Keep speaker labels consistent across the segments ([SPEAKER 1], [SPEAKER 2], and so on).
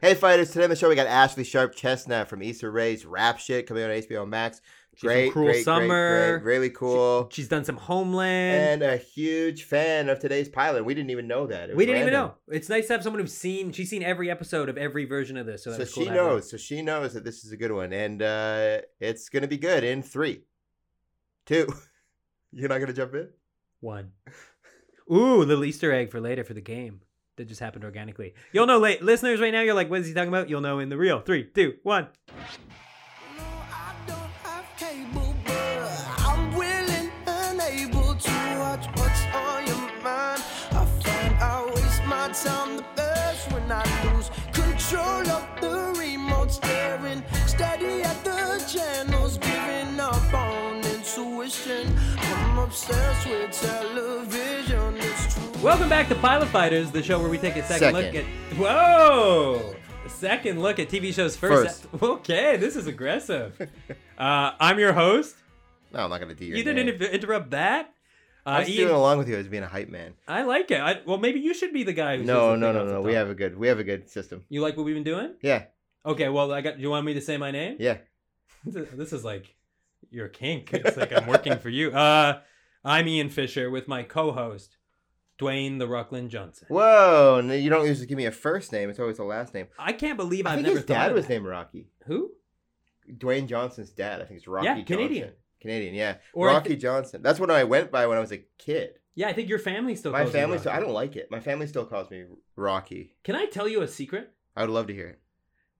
[SPEAKER 1] Hey, fighters! Today on the show we got Ashley Sharp Chestnut from Issa Rae's Rap Shit coming on HBO Max.
[SPEAKER 2] from Cruel Summer.
[SPEAKER 1] really cool,
[SPEAKER 2] She's done some Homeland.
[SPEAKER 1] and a huge fan of today's pilot. We didn't even know that. It
[SPEAKER 2] we
[SPEAKER 1] was
[SPEAKER 2] didn't even
[SPEAKER 1] random.
[SPEAKER 2] know. It's nice to have someone who's seen. She's seen every episode of every version of this, so,
[SPEAKER 1] So,
[SPEAKER 2] that's cool.
[SPEAKER 1] she
[SPEAKER 2] to have her.
[SPEAKER 1] knows. So she knows that this is a good one, and uh, it's gonna be good in three, two. You're not gonna jump in.
[SPEAKER 2] One. Ooh, little Easter egg for later for the game that just happened organically. You'll know, late listeners, right now. You're like, what is he talking about? You'll know in the real three, two, one.
[SPEAKER 3] No, I don't have cable, but I'm willing and able to watch what's on your mind. I find I waste my time the best when I lose control of the remote, staring steady at the channels, giving up on intuition. I'm obsessed with television, it's true.
[SPEAKER 2] Welcome back to Pilot Fighters, the show where we take a second, look at.
[SPEAKER 1] Second.
[SPEAKER 2] Whoa! A second look at TV shows first.
[SPEAKER 1] First.
[SPEAKER 2] Okay, this is aggressive. uh, I'm your host.
[SPEAKER 1] No, I'm not gonna do your
[SPEAKER 2] You didn't
[SPEAKER 1] name.
[SPEAKER 2] inter- interrupt that.
[SPEAKER 1] I'm
[SPEAKER 2] Uh,
[SPEAKER 1] just doing
[SPEAKER 2] Ian,
[SPEAKER 1] along with you as being a hype man.
[SPEAKER 2] I like it. I, well, maybe you should be the guy. Who
[SPEAKER 1] No,
[SPEAKER 2] says the
[SPEAKER 1] no,
[SPEAKER 2] thing
[SPEAKER 1] no,
[SPEAKER 2] off the
[SPEAKER 1] no. We
[SPEAKER 2] top.
[SPEAKER 1] have a good. We have a good system.
[SPEAKER 2] You like what we've been doing?
[SPEAKER 1] Yeah,
[SPEAKER 2] Okay. Well, I got. You want me to say my name?
[SPEAKER 1] yeah.
[SPEAKER 2] This is- this is like your kink. It's like I'm working for you. Uh, I'm Ian Fisher with my co-host Dwayne the Rockland Johnson.
[SPEAKER 1] Whoa! No, you don't usually give me a first name. It's always a last name.
[SPEAKER 2] I can't believe
[SPEAKER 1] I
[SPEAKER 2] I've
[SPEAKER 1] think
[SPEAKER 2] never
[SPEAKER 1] his
[SPEAKER 2] thought
[SPEAKER 1] dad
[SPEAKER 2] of
[SPEAKER 1] was
[SPEAKER 2] that.
[SPEAKER 1] named Rocky.
[SPEAKER 2] Who?
[SPEAKER 1] Dwayne Johnson's dad. I think it's Rocky.
[SPEAKER 2] Yeah, Canadian.
[SPEAKER 1] Johnson. Canadian, yeah.
[SPEAKER 2] Or I
[SPEAKER 1] Rocky
[SPEAKER 2] thi-
[SPEAKER 1] Johnson. That's what I went by when I was a kid.
[SPEAKER 2] Yeah, I think your family still.
[SPEAKER 1] My
[SPEAKER 2] calls you
[SPEAKER 1] family. Still, I
[SPEAKER 2] Rocky.
[SPEAKER 1] don't like it. My family still calls me Rocky.
[SPEAKER 2] Can I tell you a secret?
[SPEAKER 1] I would love to hear it.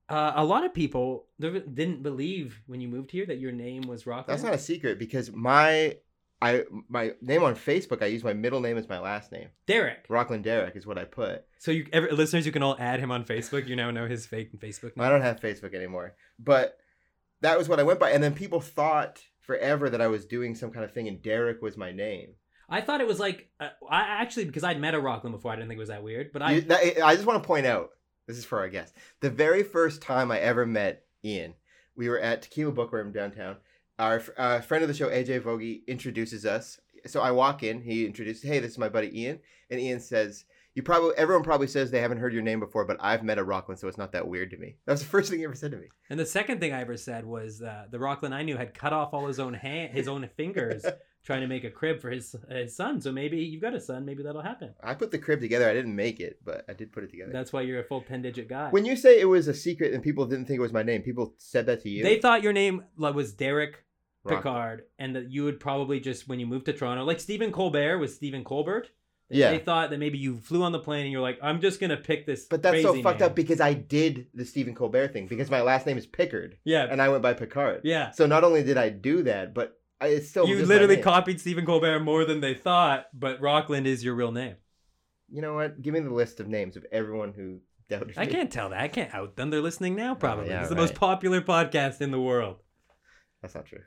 [SPEAKER 2] Uh, a lot of people there didn't believe when you moved here that your name was Rockland.
[SPEAKER 1] That's not a secret because my I my name on Facebook. I use my middle name as my last name.
[SPEAKER 2] Derek.
[SPEAKER 1] Rockland Derrick is what I put.
[SPEAKER 2] So you every, listeners, you can all add him on Facebook. You now know his fake Facebook
[SPEAKER 1] I
[SPEAKER 2] name.
[SPEAKER 1] don't have Facebook anymore, but that was what I went by. And then people thought forever that I was doing some kind of thing, and Derrick was my name.
[SPEAKER 2] I thought it was like uh, I actually because I'd met a Rockland before. I didn't think it was that weird, but I
[SPEAKER 1] You- that- I just want to point out this is for our guest. The very first time I ever met Ian, we were at Tequila Book Room downtown. Our uh, friend of the show, AJ Vogie, introduces us. So I walk in, he introduces, hey, this is my buddy Ian. And Ian says, you probably, everyone probably says they haven't heard your name before, but I've met a Rockland, so it's not that weird to me. That was the first thing he ever said to me.
[SPEAKER 2] And the second thing I ever said was uh, the Rockland I knew had cut off all his own hand, his own fingers, trying to make a crib for his his son. So maybe you've got a son. Maybe that'll happen.
[SPEAKER 1] I put the crib together. I didn't make it, but I did put it together.
[SPEAKER 2] That's why you're a full ten digit guy.
[SPEAKER 1] when you say it was a secret and people didn't think it was my name, people said that to you.
[SPEAKER 2] they thought your name like, was Derek
[SPEAKER 1] Rock-
[SPEAKER 2] Picard, and that you would probably just when you moved to Toronto, like Stephen Colbert was Stephen Colbert.
[SPEAKER 1] Yeah.
[SPEAKER 2] They thought that maybe you flew on the plane and you're like, I'm just gonna pick this.
[SPEAKER 1] But that's so
[SPEAKER 2] crazy
[SPEAKER 1] fucked
[SPEAKER 2] name.
[SPEAKER 1] up because I did the Stephen Colbert thing because my last name is Pickard
[SPEAKER 2] Yeah,
[SPEAKER 1] and I went by Picard.
[SPEAKER 2] yeah.
[SPEAKER 1] So not only did I do that, but I, it's still
[SPEAKER 2] you
[SPEAKER 1] just my
[SPEAKER 2] literally
[SPEAKER 1] name.
[SPEAKER 2] copied Stephen Colbert more than they thought, but Rockland is your real name.
[SPEAKER 1] You know what? Give me the list of names of everyone who doubted
[SPEAKER 2] I
[SPEAKER 1] me. Oh,
[SPEAKER 2] can't tell that. I can't out them. They're listening now, probably.
[SPEAKER 1] yeah,
[SPEAKER 2] it's the most
[SPEAKER 1] right.
[SPEAKER 2] popular podcast in the world.
[SPEAKER 1] That's not true.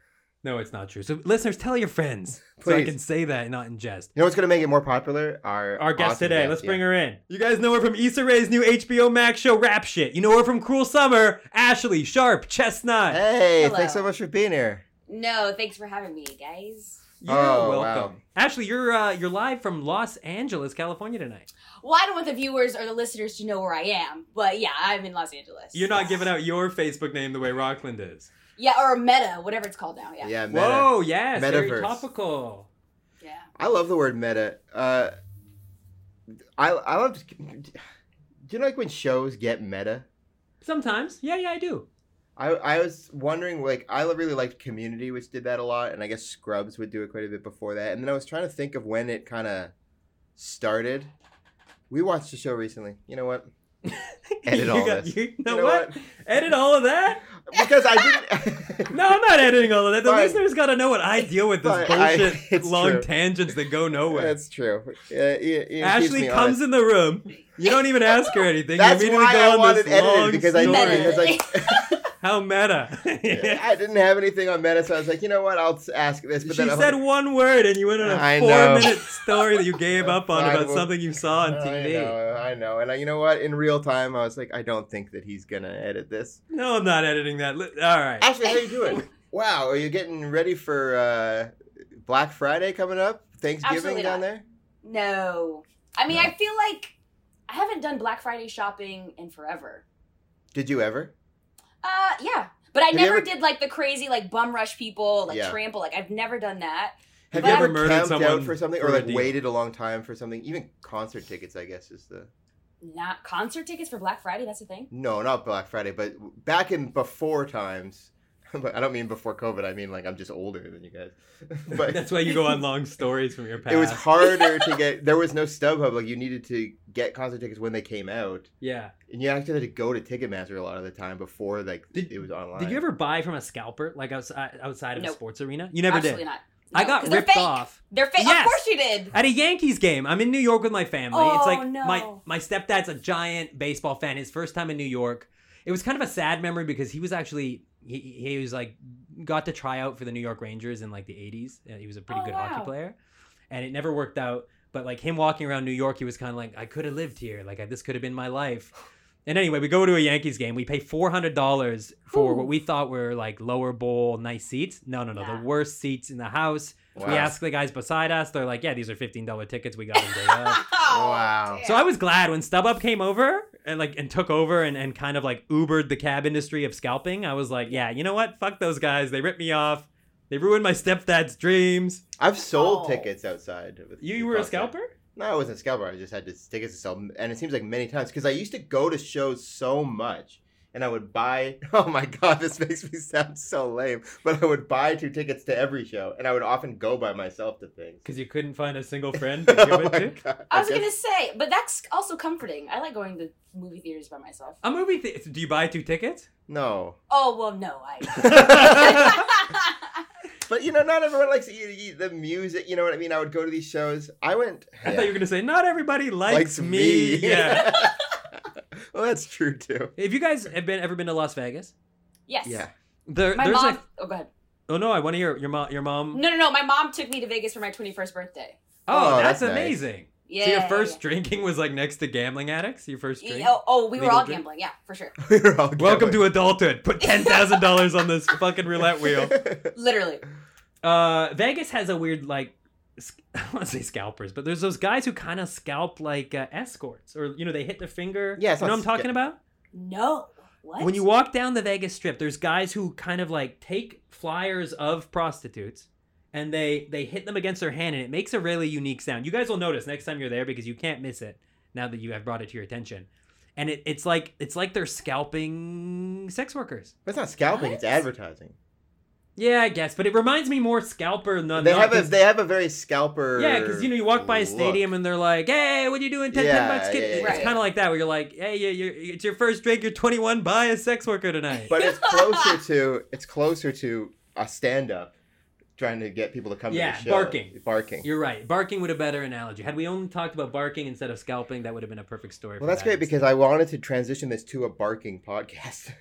[SPEAKER 2] No, it's not true. So, listeners, tell your friends so I
[SPEAKER 1] Please.
[SPEAKER 2] can say that, not in jest.
[SPEAKER 1] You know what's gonna make it more popular? Our
[SPEAKER 2] Our guest
[SPEAKER 1] awesome
[SPEAKER 2] today, let's
[SPEAKER 1] yeah.
[SPEAKER 2] bring her in. You guys know her from Issa Rae's new HBO Max show, Rap Shit. You know her from Cruel Summer, Ashley Sharp Chestnut.
[SPEAKER 1] Hey,
[SPEAKER 4] Hello.
[SPEAKER 1] thanks so much for being here.
[SPEAKER 4] No, thanks for having me, guys.
[SPEAKER 2] You're
[SPEAKER 1] Oh,
[SPEAKER 2] welcome.
[SPEAKER 1] wow.
[SPEAKER 2] Ashley, you're uh, you're live from Los Angeles, California tonight.
[SPEAKER 4] Well, I don't want the viewers or the listeners to know where I am, but yeah, I'm in Los Angeles.
[SPEAKER 2] You're not giving out your Facebook name the way Rockland is.
[SPEAKER 4] Yeah, or Meta, whatever it's called now. Yeah.
[SPEAKER 1] Yeah, meta.
[SPEAKER 2] Whoa, yes, very
[SPEAKER 1] Metaverse.
[SPEAKER 2] topical.
[SPEAKER 4] Yeah.
[SPEAKER 1] I love the word meta. Uh, I I love. Do you know like when shows get meta?
[SPEAKER 2] Sometimes, yeah, yeah, I do.
[SPEAKER 1] I, I was wondering like I really liked Community, which did that a lot, and I guess Scrubs would do it quite a bit before that. And then I was trying to think of when it kind of started. We watched a show recently. You know what? Edit
[SPEAKER 2] you
[SPEAKER 1] all
[SPEAKER 2] got-
[SPEAKER 1] this.
[SPEAKER 2] You know, what? Edit all of that?
[SPEAKER 1] Because I didn't.
[SPEAKER 2] No, I'm not editing all of that. The
[SPEAKER 1] Fine.
[SPEAKER 2] listeners got to know what I deal with. This
[SPEAKER 1] Fine, I-
[SPEAKER 2] bullshit,
[SPEAKER 1] it's
[SPEAKER 2] long
[SPEAKER 1] true.
[SPEAKER 2] tangents that go nowhere.
[SPEAKER 1] That's true. Uh, Ian- Ian keeps
[SPEAKER 2] Ashley
[SPEAKER 1] me
[SPEAKER 2] comes
[SPEAKER 1] honest.
[SPEAKER 2] in the room. You don't even ask her anything.
[SPEAKER 1] That's
[SPEAKER 2] you
[SPEAKER 1] why
[SPEAKER 2] immediately go
[SPEAKER 1] I
[SPEAKER 2] on
[SPEAKER 1] wanted
[SPEAKER 2] this
[SPEAKER 1] edited
[SPEAKER 2] long
[SPEAKER 1] because I
[SPEAKER 2] story.
[SPEAKER 4] Meta.
[SPEAKER 1] because I,
[SPEAKER 2] How meta.
[SPEAKER 1] I didn't have anything on meta, so I was like, you know what? I'll s- ask this. But
[SPEAKER 2] she
[SPEAKER 1] then I'm
[SPEAKER 2] said
[SPEAKER 1] like,
[SPEAKER 2] one word, and you went on
[SPEAKER 1] I
[SPEAKER 2] a
[SPEAKER 1] know.
[SPEAKER 2] four-minute story that you gave up on
[SPEAKER 1] Fine,
[SPEAKER 2] about
[SPEAKER 1] we'll-
[SPEAKER 2] something you saw on
[SPEAKER 1] "Oh, I
[SPEAKER 2] TV.
[SPEAKER 1] know, I know, and I, you know what? In real time, I was like, I don't think that he's gonna edit this.
[SPEAKER 2] No, I'm not editing that. Li- All right.
[SPEAKER 1] Ashley, how you doing? wow, are you getting ready for uh, Black Friday coming up? Thanksgiving
[SPEAKER 4] Absolutely
[SPEAKER 1] down
[SPEAKER 4] not.
[SPEAKER 1] there?
[SPEAKER 4] No. I mean,
[SPEAKER 1] No.
[SPEAKER 4] I feel like I haven't done Black Friday shopping in forever.
[SPEAKER 1] Did you ever?
[SPEAKER 4] Uh, yeah. But I
[SPEAKER 1] Have you
[SPEAKER 4] never
[SPEAKER 1] ever-
[SPEAKER 4] did like the crazy like bum rush people, like
[SPEAKER 1] Yeah.
[SPEAKER 4] trample. Like I've never done that.
[SPEAKER 1] Have
[SPEAKER 4] But
[SPEAKER 1] you
[SPEAKER 4] I've
[SPEAKER 1] ever
[SPEAKER 2] murdered
[SPEAKER 1] camped out
[SPEAKER 2] someone
[SPEAKER 1] for something
[SPEAKER 2] for
[SPEAKER 1] or
[SPEAKER 2] a
[SPEAKER 1] like
[SPEAKER 2] deal.
[SPEAKER 1] waited a long time for something? Even concert tickets, I guess, is the
[SPEAKER 4] Not concert tickets for Black Friday. That's the thing.
[SPEAKER 1] no, not Black Friday, but back in before times. But I don't mean before COVID. I mean like I'm just older than you guys. But
[SPEAKER 2] That's why you go on long stories from your past.
[SPEAKER 1] it was harder to get. There was no StubHub. Like you needed to get concert tickets when they came out,
[SPEAKER 2] yeah.
[SPEAKER 1] and you actually had to go to Ticketmaster a lot of the time before like
[SPEAKER 2] Did-
[SPEAKER 1] it was online.
[SPEAKER 2] Did you ever buy from a scalper, like outside outside of a
[SPEAKER 4] Nope.
[SPEAKER 2] sports arena? You never
[SPEAKER 4] Absolutely
[SPEAKER 2] did.
[SPEAKER 4] not.
[SPEAKER 2] I
[SPEAKER 4] No,
[SPEAKER 2] got
[SPEAKER 4] 'cause they're
[SPEAKER 2] ripped
[SPEAKER 4] fake.
[SPEAKER 2] off
[SPEAKER 4] They're fake.
[SPEAKER 2] Yes.
[SPEAKER 4] Of course you did.
[SPEAKER 2] at a Yankees game. I'm in New York with my family. it's
[SPEAKER 4] Oh,
[SPEAKER 2] like my
[SPEAKER 4] no.
[SPEAKER 2] my stepdad's a giant baseball fan. His first time in New York. It was kind of a sad memory because he was actually he, he was like got to try out for the New York Rangers in like the 80s. Uh, He was a pretty
[SPEAKER 4] Oh,
[SPEAKER 2] good
[SPEAKER 4] wow.
[SPEAKER 2] hockey player, and it never worked out. But like him walking around New York, he was kind of like, I could have lived here. Like I, this could have been my life. And anyway, we go to a Yankees game. We pay four hundred dollars for
[SPEAKER 4] Whew.
[SPEAKER 2] what we thought were like lower bowl, nice seats. No, no, no,
[SPEAKER 4] Nah.
[SPEAKER 2] the worst seats in the house.
[SPEAKER 1] Wow.
[SPEAKER 2] We asked the guys beside us. They're like, "Yeah, these are fifteen dollar tickets. We got them day up."
[SPEAKER 4] Oh,
[SPEAKER 1] Wow.
[SPEAKER 4] damn.
[SPEAKER 2] so I was glad when StubHub came over and like and took over and, and kind of like Ubered the cab industry of scalping. I was like, "Yeah, you know what? Fuck those guys. They ripped me off. They ruined my stepdad's dreams."
[SPEAKER 1] I've sold
[SPEAKER 4] Oh.
[SPEAKER 1] tickets outside. with
[SPEAKER 2] You,
[SPEAKER 1] the
[SPEAKER 2] you were a
[SPEAKER 1] concert.
[SPEAKER 2] scalper?
[SPEAKER 1] No, I wasn't a scalper. I just had to tickets to sell, and it seems like many times because I used to go to shows so much, and I would buy. Oh my god, this makes me sound so lame, but I would buy two tickets to every show, and I would often go by myself to things.
[SPEAKER 2] Because you couldn't find a single friend. to
[SPEAKER 1] oh
[SPEAKER 2] give
[SPEAKER 1] my
[SPEAKER 2] it to?
[SPEAKER 1] god!
[SPEAKER 4] I was
[SPEAKER 1] guess-
[SPEAKER 4] gonna say, but that's also comforting. I like going to movie theaters by myself.
[SPEAKER 2] Oh A movie? Th- do you buy two tickets?
[SPEAKER 1] no,
[SPEAKER 4] Oh well, no, I.
[SPEAKER 1] but you know, not everyone likes you- you- the music. You know what I mean? I would go to these shows. I went.
[SPEAKER 2] I thought you were gonna say not everybody likes, me. yeah.
[SPEAKER 1] well, that's true too.
[SPEAKER 2] If you guys have been ever been to Las Vegas,
[SPEAKER 4] yes.
[SPEAKER 1] Yeah.
[SPEAKER 2] there,
[SPEAKER 4] My
[SPEAKER 2] there's
[SPEAKER 4] mom.
[SPEAKER 2] a
[SPEAKER 4] Oh, go ahead.
[SPEAKER 2] oh no, I want to hear your mom. Your mom.
[SPEAKER 4] No, no, no. My mom took me to Vegas for my 21st birthday.
[SPEAKER 2] Oh,
[SPEAKER 1] Oh,
[SPEAKER 2] that's,
[SPEAKER 1] that's nice.
[SPEAKER 2] amazing.
[SPEAKER 4] Yeah.
[SPEAKER 2] so your first drinking was like next to gambling addicts. Your first
[SPEAKER 4] Yeah.
[SPEAKER 2] drink.
[SPEAKER 4] Oh, oh, we were
[SPEAKER 2] Legal
[SPEAKER 4] all
[SPEAKER 2] drink?
[SPEAKER 4] gambling. Yeah, for sure.
[SPEAKER 1] We were all
[SPEAKER 2] Welcome
[SPEAKER 1] going.
[SPEAKER 2] to adulthood. Put ten thousand dollars on this fucking roulette wheel.
[SPEAKER 4] Literally.
[SPEAKER 2] Uh, Vegas has a weird like. sc- I want to say scalpers, but there's those guys who kind of scalp like uh, escorts, or you know, they hit their finger.
[SPEAKER 1] Yeah, it's
[SPEAKER 2] you know
[SPEAKER 1] not
[SPEAKER 2] what I'm talking
[SPEAKER 1] sca-
[SPEAKER 2] about.
[SPEAKER 4] No. What?
[SPEAKER 2] When you walk down the Vegas Strip, there's guys who kind of like take flyers of prostitutes and they they hit them against their hand and it makes a really unique sound. You guys will notice next time you're there because you can't miss it now that you have brought it to your attention. And it, it's like it's like they're scalping sex workers.
[SPEAKER 1] That's not scalping. It's
[SPEAKER 4] What?
[SPEAKER 1] advertising.
[SPEAKER 2] Yeah, I guess, but it reminds me more scalper than
[SPEAKER 1] they
[SPEAKER 2] not
[SPEAKER 1] have a
[SPEAKER 2] 'cause-
[SPEAKER 1] they have a very scalper.
[SPEAKER 2] yeah, because you know you walk by a
[SPEAKER 1] look.
[SPEAKER 2] stadium and they're like, "Hey, what are you doing? Ten, ten
[SPEAKER 1] Yeah,
[SPEAKER 2] bucks, kid."
[SPEAKER 1] yeah, yeah,
[SPEAKER 2] it's
[SPEAKER 4] yeah.
[SPEAKER 2] kind of like that where you're like, "Hey, you you're, it's your first drink. You're 21. Buy a sex worker tonight."
[SPEAKER 1] but it's closer to it's closer to a stand up trying to get people to come
[SPEAKER 2] Yeah,
[SPEAKER 1] to the show.
[SPEAKER 2] barking.
[SPEAKER 1] barking.
[SPEAKER 2] You're right. Barking would a better analogy. Had we only talked about barking instead of scalping, that would have been a perfect story.
[SPEAKER 1] well,
[SPEAKER 2] for
[SPEAKER 1] that's
[SPEAKER 2] that
[SPEAKER 1] great because I wanted to transition this to a barking podcast.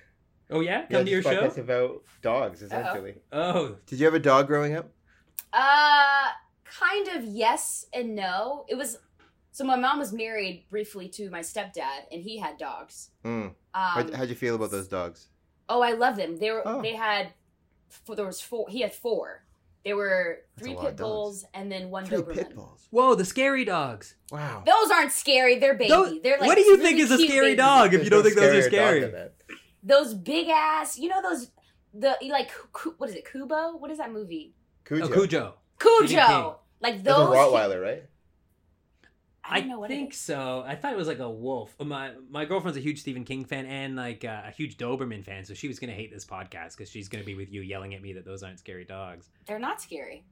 [SPEAKER 2] oh yeah,
[SPEAKER 1] Yeah,
[SPEAKER 2] come to your
[SPEAKER 1] this
[SPEAKER 2] show.
[SPEAKER 1] podcast about dogs essentially.
[SPEAKER 2] Oh,
[SPEAKER 1] Did you have a dog growing up?
[SPEAKER 4] Uh, kind of yes and no. It was so my mom was married briefly to my stepdad, and he had dogs.
[SPEAKER 1] Mm.
[SPEAKER 4] Um,
[SPEAKER 1] How'd, how'd you feel about those dogs?
[SPEAKER 4] oh, I love them. They were
[SPEAKER 1] Oh.
[SPEAKER 4] they had four, there was four. He had four. There were
[SPEAKER 1] That's a
[SPEAKER 4] three
[SPEAKER 1] lot of
[SPEAKER 4] pit
[SPEAKER 1] dogs.
[SPEAKER 4] bulls and then one
[SPEAKER 1] Three
[SPEAKER 4] Doberman.
[SPEAKER 1] pit bulls.
[SPEAKER 2] whoa, the scary dogs.
[SPEAKER 1] Wow.
[SPEAKER 4] Those aren't scary. They're baby.
[SPEAKER 2] Those-
[SPEAKER 4] They're like
[SPEAKER 2] what do you
[SPEAKER 4] really
[SPEAKER 2] think is a
[SPEAKER 4] cute
[SPEAKER 2] scary
[SPEAKER 4] baby.
[SPEAKER 2] dog if you don't
[SPEAKER 1] There's
[SPEAKER 2] think those are
[SPEAKER 1] scarier dog than
[SPEAKER 2] scary?
[SPEAKER 1] that.
[SPEAKER 4] Those big ass. You know those the like Ku- what is it Kubo? What is that movie?
[SPEAKER 1] Cujo.
[SPEAKER 2] Oh, Cujo. King.
[SPEAKER 4] Cujo. Like
[SPEAKER 1] That's a
[SPEAKER 4] those.
[SPEAKER 1] Rottweiler, right?
[SPEAKER 4] I don't know what it
[SPEAKER 2] think
[SPEAKER 4] is.
[SPEAKER 2] so. I thought it was like a wolf. Uh, My my girlfriend's a huge Stephen King fan and like uh, a huge Doberman fan, so she was gonna hate this podcast because she's gonna be with you yelling at me that those aren't scary dogs.
[SPEAKER 4] They're not scary.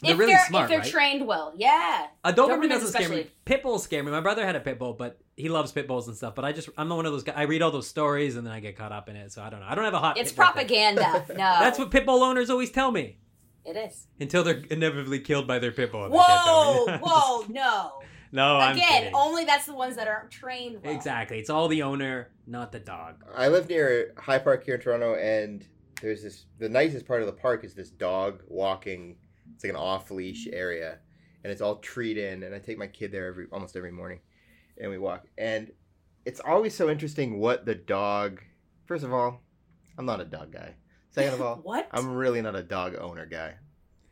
[SPEAKER 2] They're
[SPEAKER 4] if
[SPEAKER 2] really
[SPEAKER 4] they're,
[SPEAKER 2] smart,
[SPEAKER 4] if they're
[SPEAKER 2] right?
[SPEAKER 4] trained well. Yeah.
[SPEAKER 2] A Uh, Doberman,
[SPEAKER 4] Doberman
[SPEAKER 2] doesn't scare me.
[SPEAKER 4] especially.
[SPEAKER 2] Pit bulls scare me. My brother had a pit bull, but he loves pit bulls and stuff. But I just, I'm one of those guys. I read all those stories and then I get caught up in it. So I don't know. I don't have a hot.
[SPEAKER 4] It's
[SPEAKER 2] pit bull thing.
[SPEAKER 4] propaganda. No.
[SPEAKER 2] That's what pit bull owners always tell me
[SPEAKER 4] it is.
[SPEAKER 2] until they're inevitably killed by their pit bull. and Oh, they can't tell
[SPEAKER 4] Whoa,
[SPEAKER 2] me.
[SPEAKER 4] whoa, no.
[SPEAKER 2] no, I'm
[SPEAKER 4] Again, oh
[SPEAKER 2] kidding.
[SPEAKER 4] only that's the ones that aren't trained well.
[SPEAKER 2] exactly. It's all the owner, not the dog.
[SPEAKER 1] I live near High Park here in Toronto, and there's this. The nicest part of the park is this dog walking. It's like an off leash area, and it's all treed in. And I take my kid there every almost every morning, and we walk. And it's always so interesting what the dog. First of all, I'm not a dog guy. Second of all,
[SPEAKER 4] What? I'm,
[SPEAKER 1] I'm really not a dog owner guy.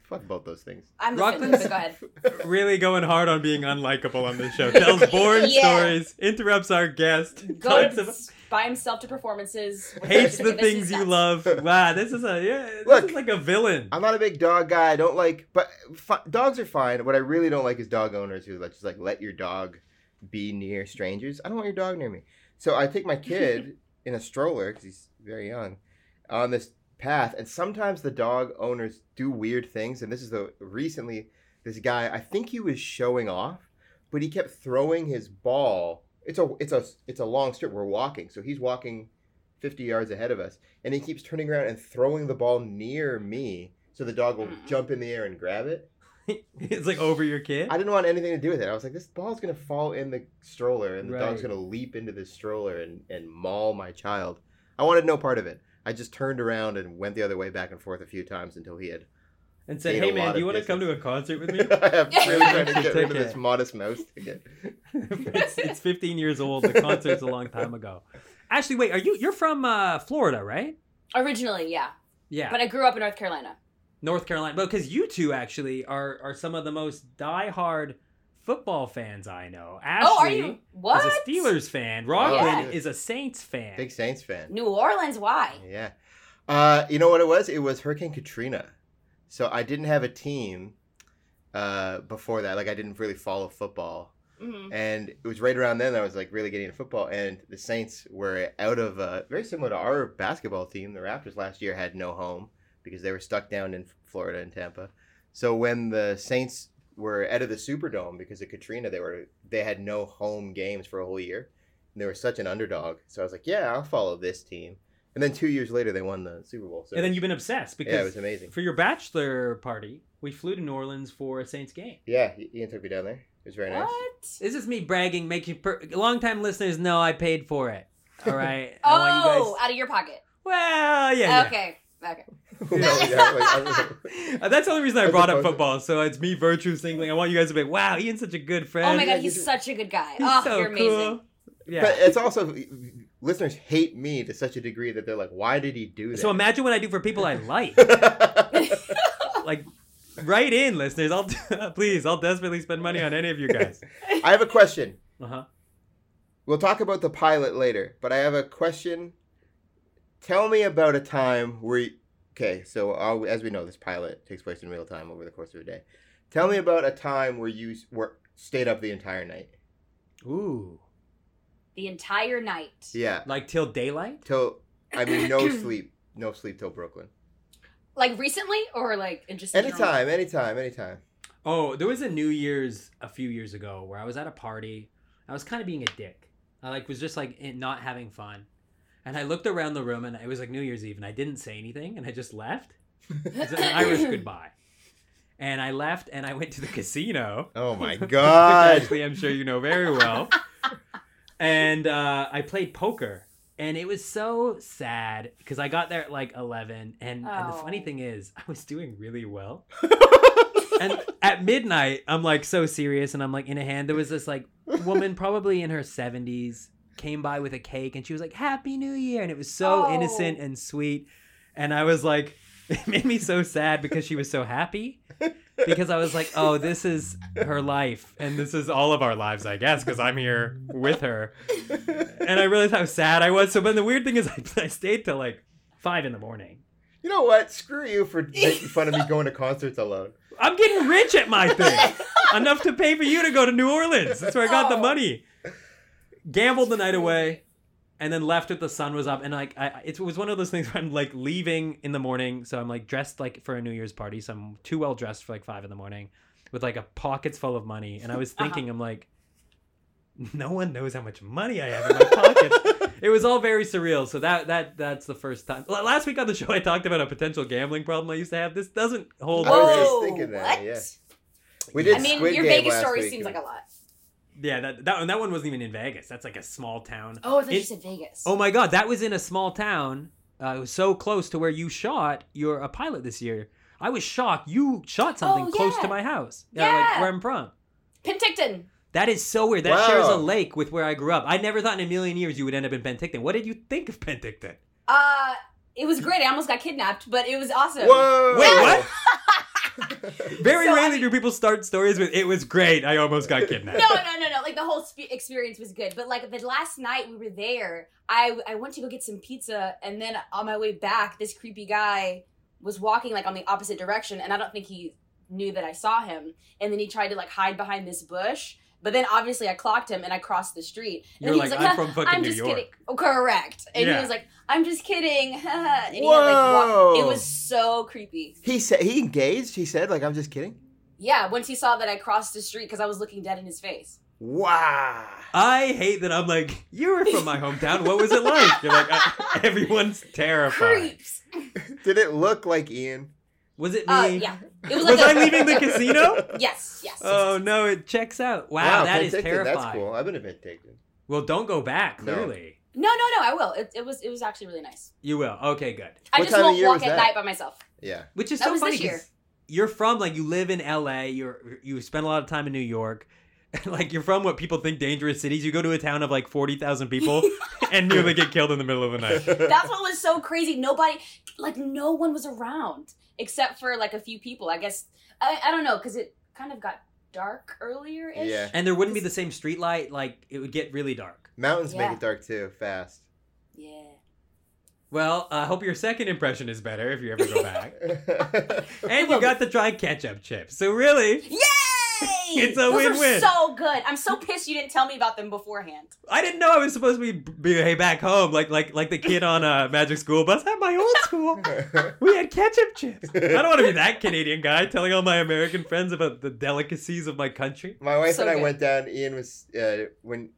[SPEAKER 1] Fuck both those things.
[SPEAKER 4] offended,
[SPEAKER 2] Rockland's-
[SPEAKER 4] but go ahead.
[SPEAKER 2] Really going hard on being unlikable on this show. Tells boring
[SPEAKER 4] Yeah.
[SPEAKER 2] stories, interrupts our guest.
[SPEAKER 4] Go
[SPEAKER 2] talks about-
[SPEAKER 4] by himself to performances. with
[SPEAKER 2] Hates
[SPEAKER 4] Christian
[SPEAKER 2] the
[SPEAKER 4] Dimitri
[SPEAKER 2] things you
[SPEAKER 4] nuts.
[SPEAKER 2] love. Wow, this is a yeah. This
[SPEAKER 1] Look.
[SPEAKER 2] is like a villain.
[SPEAKER 1] I'm not a big dog guy. I don't like, but fi- dogs are fine. What I really don't like is dog owners who like just like let your dog be near strangers. I don't want your dog near me. So I take my kid in a stroller because he's very young on this path, and sometimes the dog owners do weird things. And this is the recently this guy. I think he was showing off, but he kept throwing his ball. It's a it's a it's a long strip. We're walking, so he's walking. 50 yards ahead of us and he keeps turning around and throwing the ball near me so the dog will jump in the air and grab it.
[SPEAKER 2] it's like over your kid.
[SPEAKER 1] I didn't want anything to do with it. I was like, this ball's going to fall in the stroller and the dog's
[SPEAKER 2] Right.
[SPEAKER 1] going to leap into the stroller and, and maul my child. I wanted no part of it. I just turned around and went the other way back and forth a few times until he had.
[SPEAKER 2] and said,
[SPEAKER 1] Ate a
[SPEAKER 2] "Hey
[SPEAKER 1] lot
[SPEAKER 2] man, do you
[SPEAKER 1] of
[SPEAKER 2] want to come to a concert with
[SPEAKER 1] I
[SPEAKER 2] me?"
[SPEAKER 1] have really tried to get rid of
[SPEAKER 2] Ticket.
[SPEAKER 1] this modest mouse ticket.
[SPEAKER 2] it's, it's 15 years old. The concert's a long time ago. Ashley, wait, are you you're from uh, Florida, right?
[SPEAKER 4] Originally, yeah,
[SPEAKER 2] Yeah,
[SPEAKER 4] but I grew up in North Carolina.
[SPEAKER 2] North Carolina. But because you two actually are are some of the most diehard football fans I know. Ashley
[SPEAKER 4] oh, are you what?
[SPEAKER 2] is a Steelers fan. Rockland
[SPEAKER 1] Yeah.
[SPEAKER 2] is a Saints fan.
[SPEAKER 1] Big Saints fan.
[SPEAKER 4] New Orleans? Why?
[SPEAKER 1] Yeah. Uh, you know what it was? It was Hurricane Katrina. So I didn't have a team uh, before that. Like, I didn't really follow football.
[SPEAKER 4] hmm
[SPEAKER 1] and it was right around then that I was like really getting into football. And the Saints were out of uh, very similar to our basketball team. The Raptors last year had no home because they were stuck down in Florida and Tampa. So when the Saints were out of the Superdome because of Katrina, they were they had no home games for a whole year. And they were such an underdog. So I was like, yeah, I'll follow this team. And then two years later, they won the Super Bowl. So
[SPEAKER 2] And then you've been obsessed because
[SPEAKER 1] yeah, it was amazing.
[SPEAKER 2] for your bachelor party, we flew to New Orleans for a Saints game.
[SPEAKER 1] Yeah, Ian took me down there. It was very nice.
[SPEAKER 4] What?
[SPEAKER 2] This is me bragging, making per- longtime listeners know I paid for it. All right. I want you
[SPEAKER 4] Oh,
[SPEAKER 2] guys-
[SPEAKER 4] out of your pocket.
[SPEAKER 2] well, yeah. yeah.
[SPEAKER 4] Okay. Okay.
[SPEAKER 1] Yeah, yeah, like, I was-
[SPEAKER 2] Uh, That's the only reason I
[SPEAKER 1] As
[SPEAKER 2] brought up
[SPEAKER 1] opposed to-
[SPEAKER 2] football. So it's me virtue singling. I want you guys to be, wow, Ian's such a good friend.
[SPEAKER 4] Oh my
[SPEAKER 1] yeah,
[SPEAKER 4] god, he's
[SPEAKER 1] you-
[SPEAKER 4] such a good guy.
[SPEAKER 2] He's
[SPEAKER 4] oh,
[SPEAKER 2] so
[SPEAKER 4] you're amazing.
[SPEAKER 2] cool. Yeah.
[SPEAKER 1] But it's also listeners hate me to such a degree that they're like, "Why did he do that?"
[SPEAKER 2] so imagine what I do for people I like. like, write in, listeners. I'll please. I'll desperately spend money on any of you guys.
[SPEAKER 1] I have a question.
[SPEAKER 2] Uh huh.
[SPEAKER 1] We'll talk about the pilot later, but I have a question. Tell me about a time where, you, okay, so uh, as we know, this pilot takes place in real time over the course of a day. Tell me about a time where you s- were stayed up the entire night.
[SPEAKER 2] Ooh.
[SPEAKER 4] The entire night.
[SPEAKER 1] Yeah,
[SPEAKER 2] Like till daylight.
[SPEAKER 1] till I mean, no sleep, no sleep till Brooklyn.
[SPEAKER 4] Like recently or like in just in general?
[SPEAKER 1] Anytime, anytime, anytime.
[SPEAKER 2] Oh, there was a New Year's a few years ago where I was at a party. I was kind of being a dick. I like was just like in- not having fun. And I looked around the room and it was like New Year's Eve and I didn't say anything and I just left. It was an Irish goodbye. And I left and I went to the casino.
[SPEAKER 1] Oh my
[SPEAKER 2] Which
[SPEAKER 1] god!
[SPEAKER 2] Actually, I'm sure you know very well. and uh, I played poker. And it was so sad because I got there at like 11. And, and the funny
[SPEAKER 4] Oh.
[SPEAKER 2] thing is, I was doing really well. and at midnight, I'm like so serious. And I'm like in a hand. There was this like woman, probably in her 70s, came by with a cake and she was like, Happy New Year. And it was so
[SPEAKER 4] Oh.
[SPEAKER 2] innocent and sweet. And I was like, it made me so sad because she was so happy because I was like, oh, this is her life, and this is all of our lives, I guess, because I'm here with her. And I realized how sad I was. So, but the weird thing is, I, I stayed till like five in the morning.
[SPEAKER 1] You know what? Screw you for making fun of me going to concerts alone.
[SPEAKER 2] I'm getting rich at my thing, enough to pay for you to go to New Orleans. That's where I got the
[SPEAKER 4] Oh.
[SPEAKER 2] money. Gambled the night away, and then left if the sun was up. And like, I, I- it was one of those things where I'm like leaving in the morning, so I'm like dressed like for a New Year's party, so I'm too well dressed for like five in the morning, with like a pockets full of money. And I
[SPEAKER 1] Uh-huh.
[SPEAKER 2] was thinking, I'm like, no one knows how much money I have in my pocket. it was all very surreal. So that that that's the first time. L- Last week on the show, I talked about a potential gambling problem I used to have. This doesn't hold.
[SPEAKER 1] I was
[SPEAKER 4] Whoa,
[SPEAKER 1] just thinking that,
[SPEAKER 4] what?
[SPEAKER 1] yeah. Oh, We did
[SPEAKER 4] I mean,
[SPEAKER 1] Squid
[SPEAKER 4] your
[SPEAKER 1] Game
[SPEAKER 4] Vegas
[SPEAKER 1] last
[SPEAKER 4] story
[SPEAKER 1] week.
[SPEAKER 4] seems like a lot.
[SPEAKER 2] Yeah, that that one, that one wasn't even in Vegas. That's like a small town.
[SPEAKER 4] Oh, I thought you
[SPEAKER 2] It-
[SPEAKER 4] said Vegas.
[SPEAKER 2] Oh my God, that was in a small town. Uh, it was so close to where you shot your a pilot this year. I was shocked. You shot something
[SPEAKER 4] Oh,
[SPEAKER 2] close
[SPEAKER 4] yeah.
[SPEAKER 2] to my house. like
[SPEAKER 4] Yeah.
[SPEAKER 2] where I'm from.
[SPEAKER 4] Penticton.
[SPEAKER 2] That is so weird. That shares
[SPEAKER 1] Wow.
[SPEAKER 2] a lake with where I grew up. I never thought in a million years you would end up in Penticton. What did you think of Penticton?
[SPEAKER 4] Uh, it was great. I almost got kidnapped, but it was awesome.
[SPEAKER 1] Whoa!
[SPEAKER 2] Wait, what? Very
[SPEAKER 4] So, I
[SPEAKER 2] rarely
[SPEAKER 4] mean-
[SPEAKER 2] do people start stories with "It was great. I almost got kidnapped."
[SPEAKER 4] no, no, no, no. Like the whole spe- experience was good, but like the last night we were there, I I went to go get some pizza, and then on my way back, this creepy guy was walking like on the opposite direction, and I don't think he knew that I saw him, and then he tried to like hide behind this bush. But then obviously I clocked him and I crossed the street. And
[SPEAKER 2] You're
[SPEAKER 4] he
[SPEAKER 2] like,
[SPEAKER 4] was like,
[SPEAKER 2] "I'm from fucking
[SPEAKER 4] I'm
[SPEAKER 2] New
[SPEAKER 4] just
[SPEAKER 2] York."
[SPEAKER 4] kidding. Oh, correct. And
[SPEAKER 2] Yeah.
[SPEAKER 4] he was like, I'm just kidding. and he had, like, walked-
[SPEAKER 1] Whoa.
[SPEAKER 4] It was so creepy.
[SPEAKER 1] He said he engaged. He said, "Like I'm just kidding."
[SPEAKER 4] Yeah, once he saw that I crossed the street because I was looking dead in his face.
[SPEAKER 1] Wow.
[SPEAKER 2] I hate that I'm like, you were from my hometown. What was it like? You're like, I, everyone's terrified.
[SPEAKER 4] Creeps.
[SPEAKER 1] Did it look like Ian?
[SPEAKER 2] Was it me?
[SPEAKER 4] Uh, yeah. It was
[SPEAKER 2] Was,
[SPEAKER 4] like a-
[SPEAKER 2] I leaving the casino?
[SPEAKER 4] Yes, yes.
[SPEAKER 2] Oh no, it checks out. Wow, that is
[SPEAKER 1] Penticton,
[SPEAKER 2] terrifying.
[SPEAKER 1] That's cool. I've been to Penticton.
[SPEAKER 2] Well, don't go back.
[SPEAKER 1] No.
[SPEAKER 2] Clearly,
[SPEAKER 4] No, no, no. I will. It, it was it was actually really nice.
[SPEAKER 2] you will. Okay, good.
[SPEAKER 1] What
[SPEAKER 4] I just
[SPEAKER 1] time of
[SPEAKER 4] won't
[SPEAKER 1] year
[SPEAKER 4] walk
[SPEAKER 1] was that?
[SPEAKER 4] at night by myself.
[SPEAKER 1] Yeah.
[SPEAKER 2] Which is
[SPEAKER 4] That
[SPEAKER 2] so
[SPEAKER 4] was
[SPEAKER 2] funny.
[SPEAKER 4] this year.
[SPEAKER 2] 'cause You're from like you live in LA. You're you spend a lot of time in New York. Like you're from what people think dangerous cities. You go to a town of like forty thousand people and nearly get killed in the middle of the night.
[SPEAKER 4] That's what was so crazy. Nobody, like, no one was around except for like a few people. I guess I, I don't know because it kind of got dark earlier. ish
[SPEAKER 1] Yeah.
[SPEAKER 2] And there wouldn't be the same street light. Like it would get really dark.
[SPEAKER 1] Mountains make
[SPEAKER 4] Yeah.
[SPEAKER 1] it dark too, fast.
[SPEAKER 4] Yeah.
[SPEAKER 2] Well, I hope your second impression is better if you ever go back. and
[SPEAKER 4] will
[SPEAKER 2] you
[SPEAKER 4] be.
[SPEAKER 2] got to try ketchup chips. So really,
[SPEAKER 4] Yay!
[SPEAKER 2] It's a
[SPEAKER 4] Those
[SPEAKER 2] win-win.
[SPEAKER 4] Are so good. I'm so pissed you didn't tell me about them beforehand.
[SPEAKER 2] I didn't know I was supposed to be, be hey back home like like like the kid on a uh, Magic School Bus at my old school. We had ketchup chips. I don't want to be that Canadian guy telling all my American friends about the delicacies of my country.
[SPEAKER 1] My wife
[SPEAKER 4] So
[SPEAKER 1] and I
[SPEAKER 4] good.
[SPEAKER 1] went down. Ian was uh, when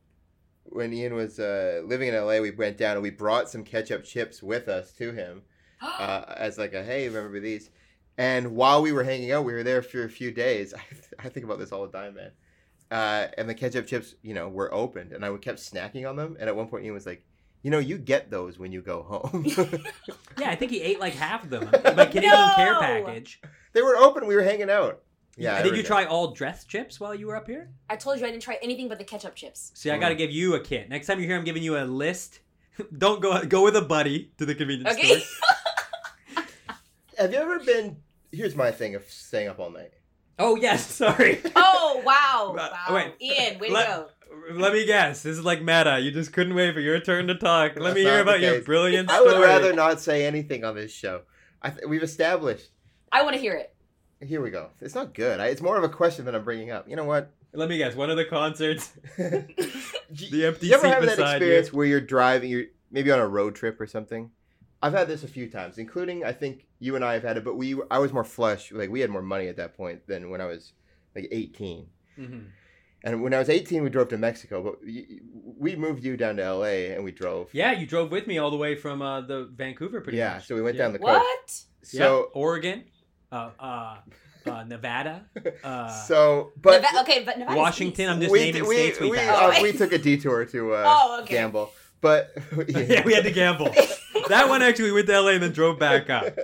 [SPEAKER 1] when Ian was uh, living in LA. We went down and we brought some ketchup chips with us to him uh, as like a hey, remember these? And while we were hanging out, we were there for a few days. I, I think about this all the time, man. Uh, and the ketchup chips, you know, were opened, and I kept snacking on them. And at one point, Ian was like, "You know, you get those when you go home."
[SPEAKER 2] Yeah, I think he ate like half of them. My Canadian care
[SPEAKER 4] No!
[SPEAKER 2] package.
[SPEAKER 1] they were open. We were hanging out. Yeah. I
[SPEAKER 2] Did you
[SPEAKER 1] regret-
[SPEAKER 2] try all dress chips while you were up here?
[SPEAKER 4] I told you I didn't try anything but the ketchup chips.
[SPEAKER 2] See, I
[SPEAKER 1] Mm.
[SPEAKER 2] got to give you a kit. Next time you're here, I'm giving you a list. Don't go go with a buddy to the convenience
[SPEAKER 4] Okay.
[SPEAKER 2] store.
[SPEAKER 1] Have you ever been? Here's my thing of staying up all night.
[SPEAKER 2] Oh yes, sorry.
[SPEAKER 4] Oh wow!
[SPEAKER 2] Uh,
[SPEAKER 4] Wow,
[SPEAKER 2] wait.
[SPEAKER 4] Ian, way to
[SPEAKER 2] Let-
[SPEAKER 4] go.
[SPEAKER 2] Let me guess. This is like meta. You just couldn't wait for your turn to talk. Let
[SPEAKER 1] That's
[SPEAKER 2] me hear
[SPEAKER 1] not the
[SPEAKER 2] about your
[SPEAKER 1] case.
[SPEAKER 2] brilliant
[SPEAKER 1] I
[SPEAKER 2] story.
[SPEAKER 1] would rather not say anything on this show. I th- we've established.
[SPEAKER 4] I want to hear it.
[SPEAKER 1] Here we go. It's not good. I, it's more of a question that I'm bringing up. You know what?
[SPEAKER 2] Let me guess. One of the concerts, the empty
[SPEAKER 1] you ever
[SPEAKER 2] seat
[SPEAKER 1] have that
[SPEAKER 2] beside
[SPEAKER 1] experience where you're driving, you're maybe on a road trip or something? I've had this a few times, including I think you and I have had it, but we I was more flush, like we had more money at that point than when I was like 18.
[SPEAKER 2] you. Mhm.
[SPEAKER 1] And when I was 18, we drove to Mexico, but y- y- we moved you down to LA and we drove.
[SPEAKER 2] Yeah, you drove with me all the way from uh, the Vancouver, pretty
[SPEAKER 1] Yeah,
[SPEAKER 2] much.
[SPEAKER 1] so we went
[SPEAKER 2] Yeah.
[SPEAKER 1] down the coast.
[SPEAKER 4] What?
[SPEAKER 2] So
[SPEAKER 1] So
[SPEAKER 2] Oregon, uh, uh, uh, Nevada, uh,
[SPEAKER 1] so but
[SPEAKER 4] Neva- okay, but Nevada's
[SPEAKER 2] Washington.
[SPEAKER 4] east.
[SPEAKER 2] I'm just
[SPEAKER 1] we,
[SPEAKER 2] naming
[SPEAKER 1] we,
[SPEAKER 2] states we,
[SPEAKER 1] we,
[SPEAKER 2] passed.
[SPEAKER 1] uh, we took a detour to uh,
[SPEAKER 4] Oh, okay.
[SPEAKER 1] gamble, but
[SPEAKER 2] yeah, we had to gamble. that one actually we went to LA and then drove back up,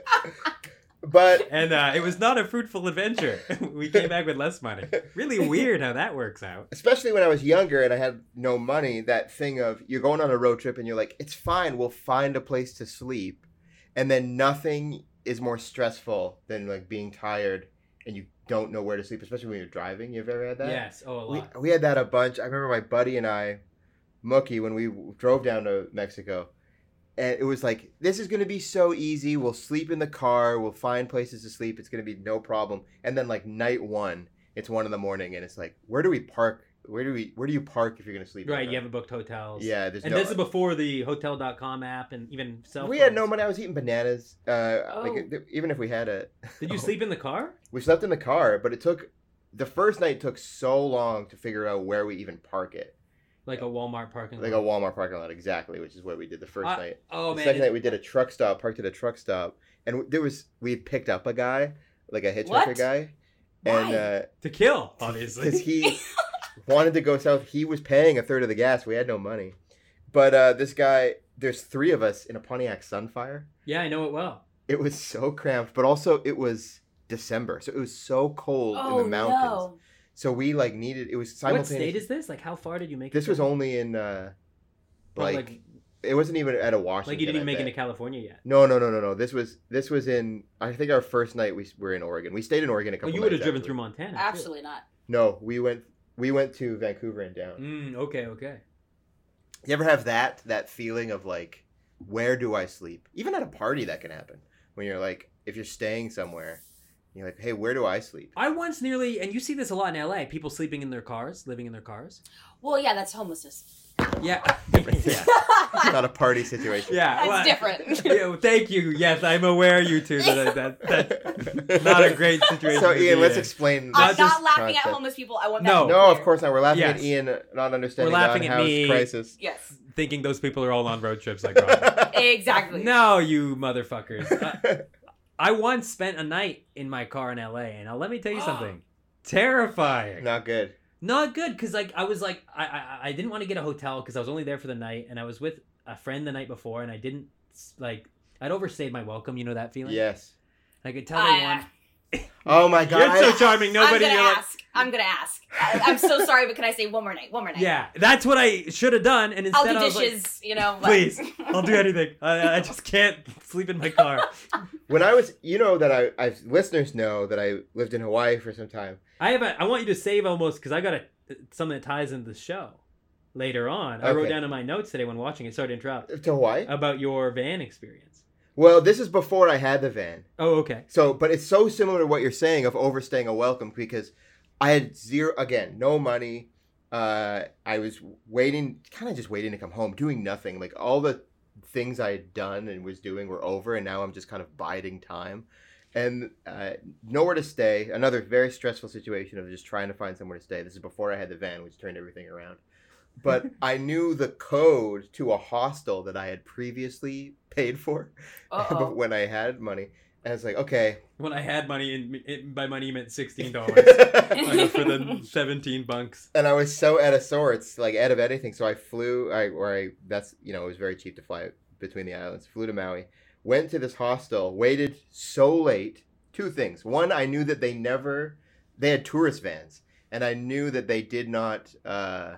[SPEAKER 1] But
[SPEAKER 2] and uh, it was not a fruitful adventure. we came back with less money. Really weird how that works out.
[SPEAKER 1] especially when I was younger and I had no money, that thing of you're going on a road trip and you're like, it's fine, we'll find a place to sleep, and then nothing is more stressful than like being tired and you don't know where to sleep, especially when you're driving. You've ever had that?
[SPEAKER 2] yes, oh a
[SPEAKER 1] we,
[SPEAKER 2] lot.
[SPEAKER 1] we had that a bunch. I remember my buddy and I, Mookie, when we drove down to Mexico, and it was like, this is going to be so easy. We'll sleep in the car. We'll find places to sleep. It's going to be no problem. And then like night one, it's one in the morning, and it's like, where do we park? Where do we? Where do you park if you're going to sleep? in the
[SPEAKER 2] right,
[SPEAKER 1] car?
[SPEAKER 2] you haven't booked hotels.
[SPEAKER 1] Yeah, there's
[SPEAKER 2] and
[SPEAKER 1] no.
[SPEAKER 2] this is before the Hotel.com app and even cell.
[SPEAKER 1] we had no
[SPEAKER 2] phones.
[SPEAKER 1] money. I was eating bananas. Uh, like,
[SPEAKER 4] Oh.
[SPEAKER 1] even if we had a,
[SPEAKER 2] Did you sleep in the car?
[SPEAKER 1] we slept in the car, but it took. The first night took so long to figure out where we even park it,
[SPEAKER 2] Like a Walmart parking lot.
[SPEAKER 1] Uh, like a Walmart parking lot exactly, which is what we did the first
[SPEAKER 2] I-
[SPEAKER 1] night.
[SPEAKER 2] Oh
[SPEAKER 1] the
[SPEAKER 2] man,
[SPEAKER 1] second
[SPEAKER 2] it-
[SPEAKER 1] night we did a truck stop, parked at a truck stop, and w- there was we had picked up a guy, like a hitchhiker
[SPEAKER 4] What?
[SPEAKER 1] guy,
[SPEAKER 4] Why?
[SPEAKER 1] and
[SPEAKER 2] to kill
[SPEAKER 1] because
[SPEAKER 2] obviously.
[SPEAKER 1] he wanted to go south, he was paying a third of the gas. We had no money, but uh, this guy, there's three of us in a Pontiac Sunfire.
[SPEAKER 2] yeah, I know it well.
[SPEAKER 1] It was so cramped, but also it was December, so it was so cold
[SPEAKER 4] Oh
[SPEAKER 1] in the mountains.
[SPEAKER 4] no!
[SPEAKER 1] So we like needed it was
[SPEAKER 2] What state
[SPEAKER 1] simultaneous.
[SPEAKER 2] is this? Like, how far did you make?
[SPEAKER 1] This
[SPEAKER 2] it
[SPEAKER 1] was
[SPEAKER 2] from?
[SPEAKER 1] only in uh,
[SPEAKER 2] From,
[SPEAKER 1] like, It wasn't even at a Washington.
[SPEAKER 2] Like you didn't
[SPEAKER 1] I
[SPEAKER 2] even make it
[SPEAKER 1] bet.
[SPEAKER 2] to California yet.
[SPEAKER 1] No, no, no, no, no. This was this was in. I think our first night we s- were in Oregon. We stayed in Oregon a
[SPEAKER 2] Oh,
[SPEAKER 1] couple.
[SPEAKER 2] you would have
[SPEAKER 1] nights
[SPEAKER 2] driven
[SPEAKER 1] afterwards.
[SPEAKER 2] through Montana. too.
[SPEAKER 4] Absolutely not.
[SPEAKER 1] No, we went we went to Vancouver and down.
[SPEAKER 2] Mm, okay, okay.
[SPEAKER 1] You ever have that that feeling of like, where do I sleep? Even at a party, that can happen when you're like, if you're staying somewhere, you're like, hey, where do I sleep?
[SPEAKER 2] I once nearly, and you see this a lot in LA, people sleeping in their cars, living in their cars.
[SPEAKER 4] Well, yeah, that's homelessness.
[SPEAKER 2] Yeah.
[SPEAKER 1] yeah, it's
[SPEAKER 4] that's
[SPEAKER 1] not a party situation.
[SPEAKER 2] yeah. well,
[SPEAKER 4] different.
[SPEAKER 2] yeah, well, thank you. Yes, I'm aware, you two, that, that that's not a great situation.
[SPEAKER 1] So
[SPEAKER 2] to be
[SPEAKER 1] Ian, let's
[SPEAKER 2] in.
[SPEAKER 1] explain.
[SPEAKER 4] I'm
[SPEAKER 1] this
[SPEAKER 4] not
[SPEAKER 2] just
[SPEAKER 4] laughing at
[SPEAKER 1] concept.
[SPEAKER 4] homeless people. I want
[SPEAKER 2] No.
[SPEAKER 4] that. to be
[SPEAKER 1] No, of
[SPEAKER 4] clear.
[SPEAKER 1] course not. We're laughing at
[SPEAKER 2] Yes.
[SPEAKER 1] Ian not understanding
[SPEAKER 2] We're laughing
[SPEAKER 1] the
[SPEAKER 2] at
[SPEAKER 1] house
[SPEAKER 2] me.
[SPEAKER 1] crisis.
[SPEAKER 4] Yes,
[SPEAKER 2] Thinking those people are all on road trips like Rob.
[SPEAKER 4] exactly.
[SPEAKER 2] No, you motherfuckers. I, I once spent a night in my car in LA, and now let me tell you something. Terrifying.
[SPEAKER 1] not good.
[SPEAKER 2] Not good, because like I was like I I, I didn't want to get a hotel because I was only there for the night, and I was with a friend the night before, and I didn't like I'd overstayed my welcome. You know that feeling?
[SPEAKER 1] Yes.
[SPEAKER 2] I could tell they
[SPEAKER 4] I,
[SPEAKER 2] wanted.
[SPEAKER 1] Oh my god.
[SPEAKER 2] You're so charming. Nobody. You're
[SPEAKER 4] I'm gonna
[SPEAKER 2] like,
[SPEAKER 4] ask. I'm gonna ask. I, I'm so sorry, but can I say one more night? One more night.
[SPEAKER 2] yeah, that's what I should have done, and
[SPEAKER 4] I'll
[SPEAKER 2] instead
[SPEAKER 4] do
[SPEAKER 2] I was like,
[SPEAKER 4] dishes. you know. but-
[SPEAKER 2] please, I'll do anything. I, I just can't sleep in my car.
[SPEAKER 1] When I was, you know that I, I listeners know that I lived in Hawaii for some time.
[SPEAKER 2] I have a. I want you to save almost because I got a something that ties into the show later on. I wrote
[SPEAKER 1] Okay.
[SPEAKER 2] down in my notes today when watching it. Sorry to interrupt.
[SPEAKER 1] To Hawaii?
[SPEAKER 2] About your van experience.
[SPEAKER 1] Well, this is before I had the van.
[SPEAKER 2] Oh, okay.
[SPEAKER 1] So, but it's so similar to what you're saying of overstaying a welcome because I had zero again, no money. Uh, I was waiting, kind of just waiting to come home, doing nothing. Like all the things I had done and was doing were over, and now I'm just kind of biding time, and uh, nowhere to stay. Another very stressful situation of just trying to find somewhere to stay. This is before I had the van, which turned everything around. But I knew the code to a hostel that I had previously paid for
[SPEAKER 4] Uh-oh.
[SPEAKER 1] when I had money. And it's like, okay.
[SPEAKER 2] When I had money, and it, by money you meant sixteen dollars
[SPEAKER 1] and
[SPEAKER 2] for the seventeen bunks.
[SPEAKER 1] I was so out of sorts, like out of anything. So I flew, I or I that's you know, it was very cheap to fly between the islands. Flew to Maui, went to this hostel, waited so late. Two things. One, I knew that they never they had tourist vans, and I knew that they did not uh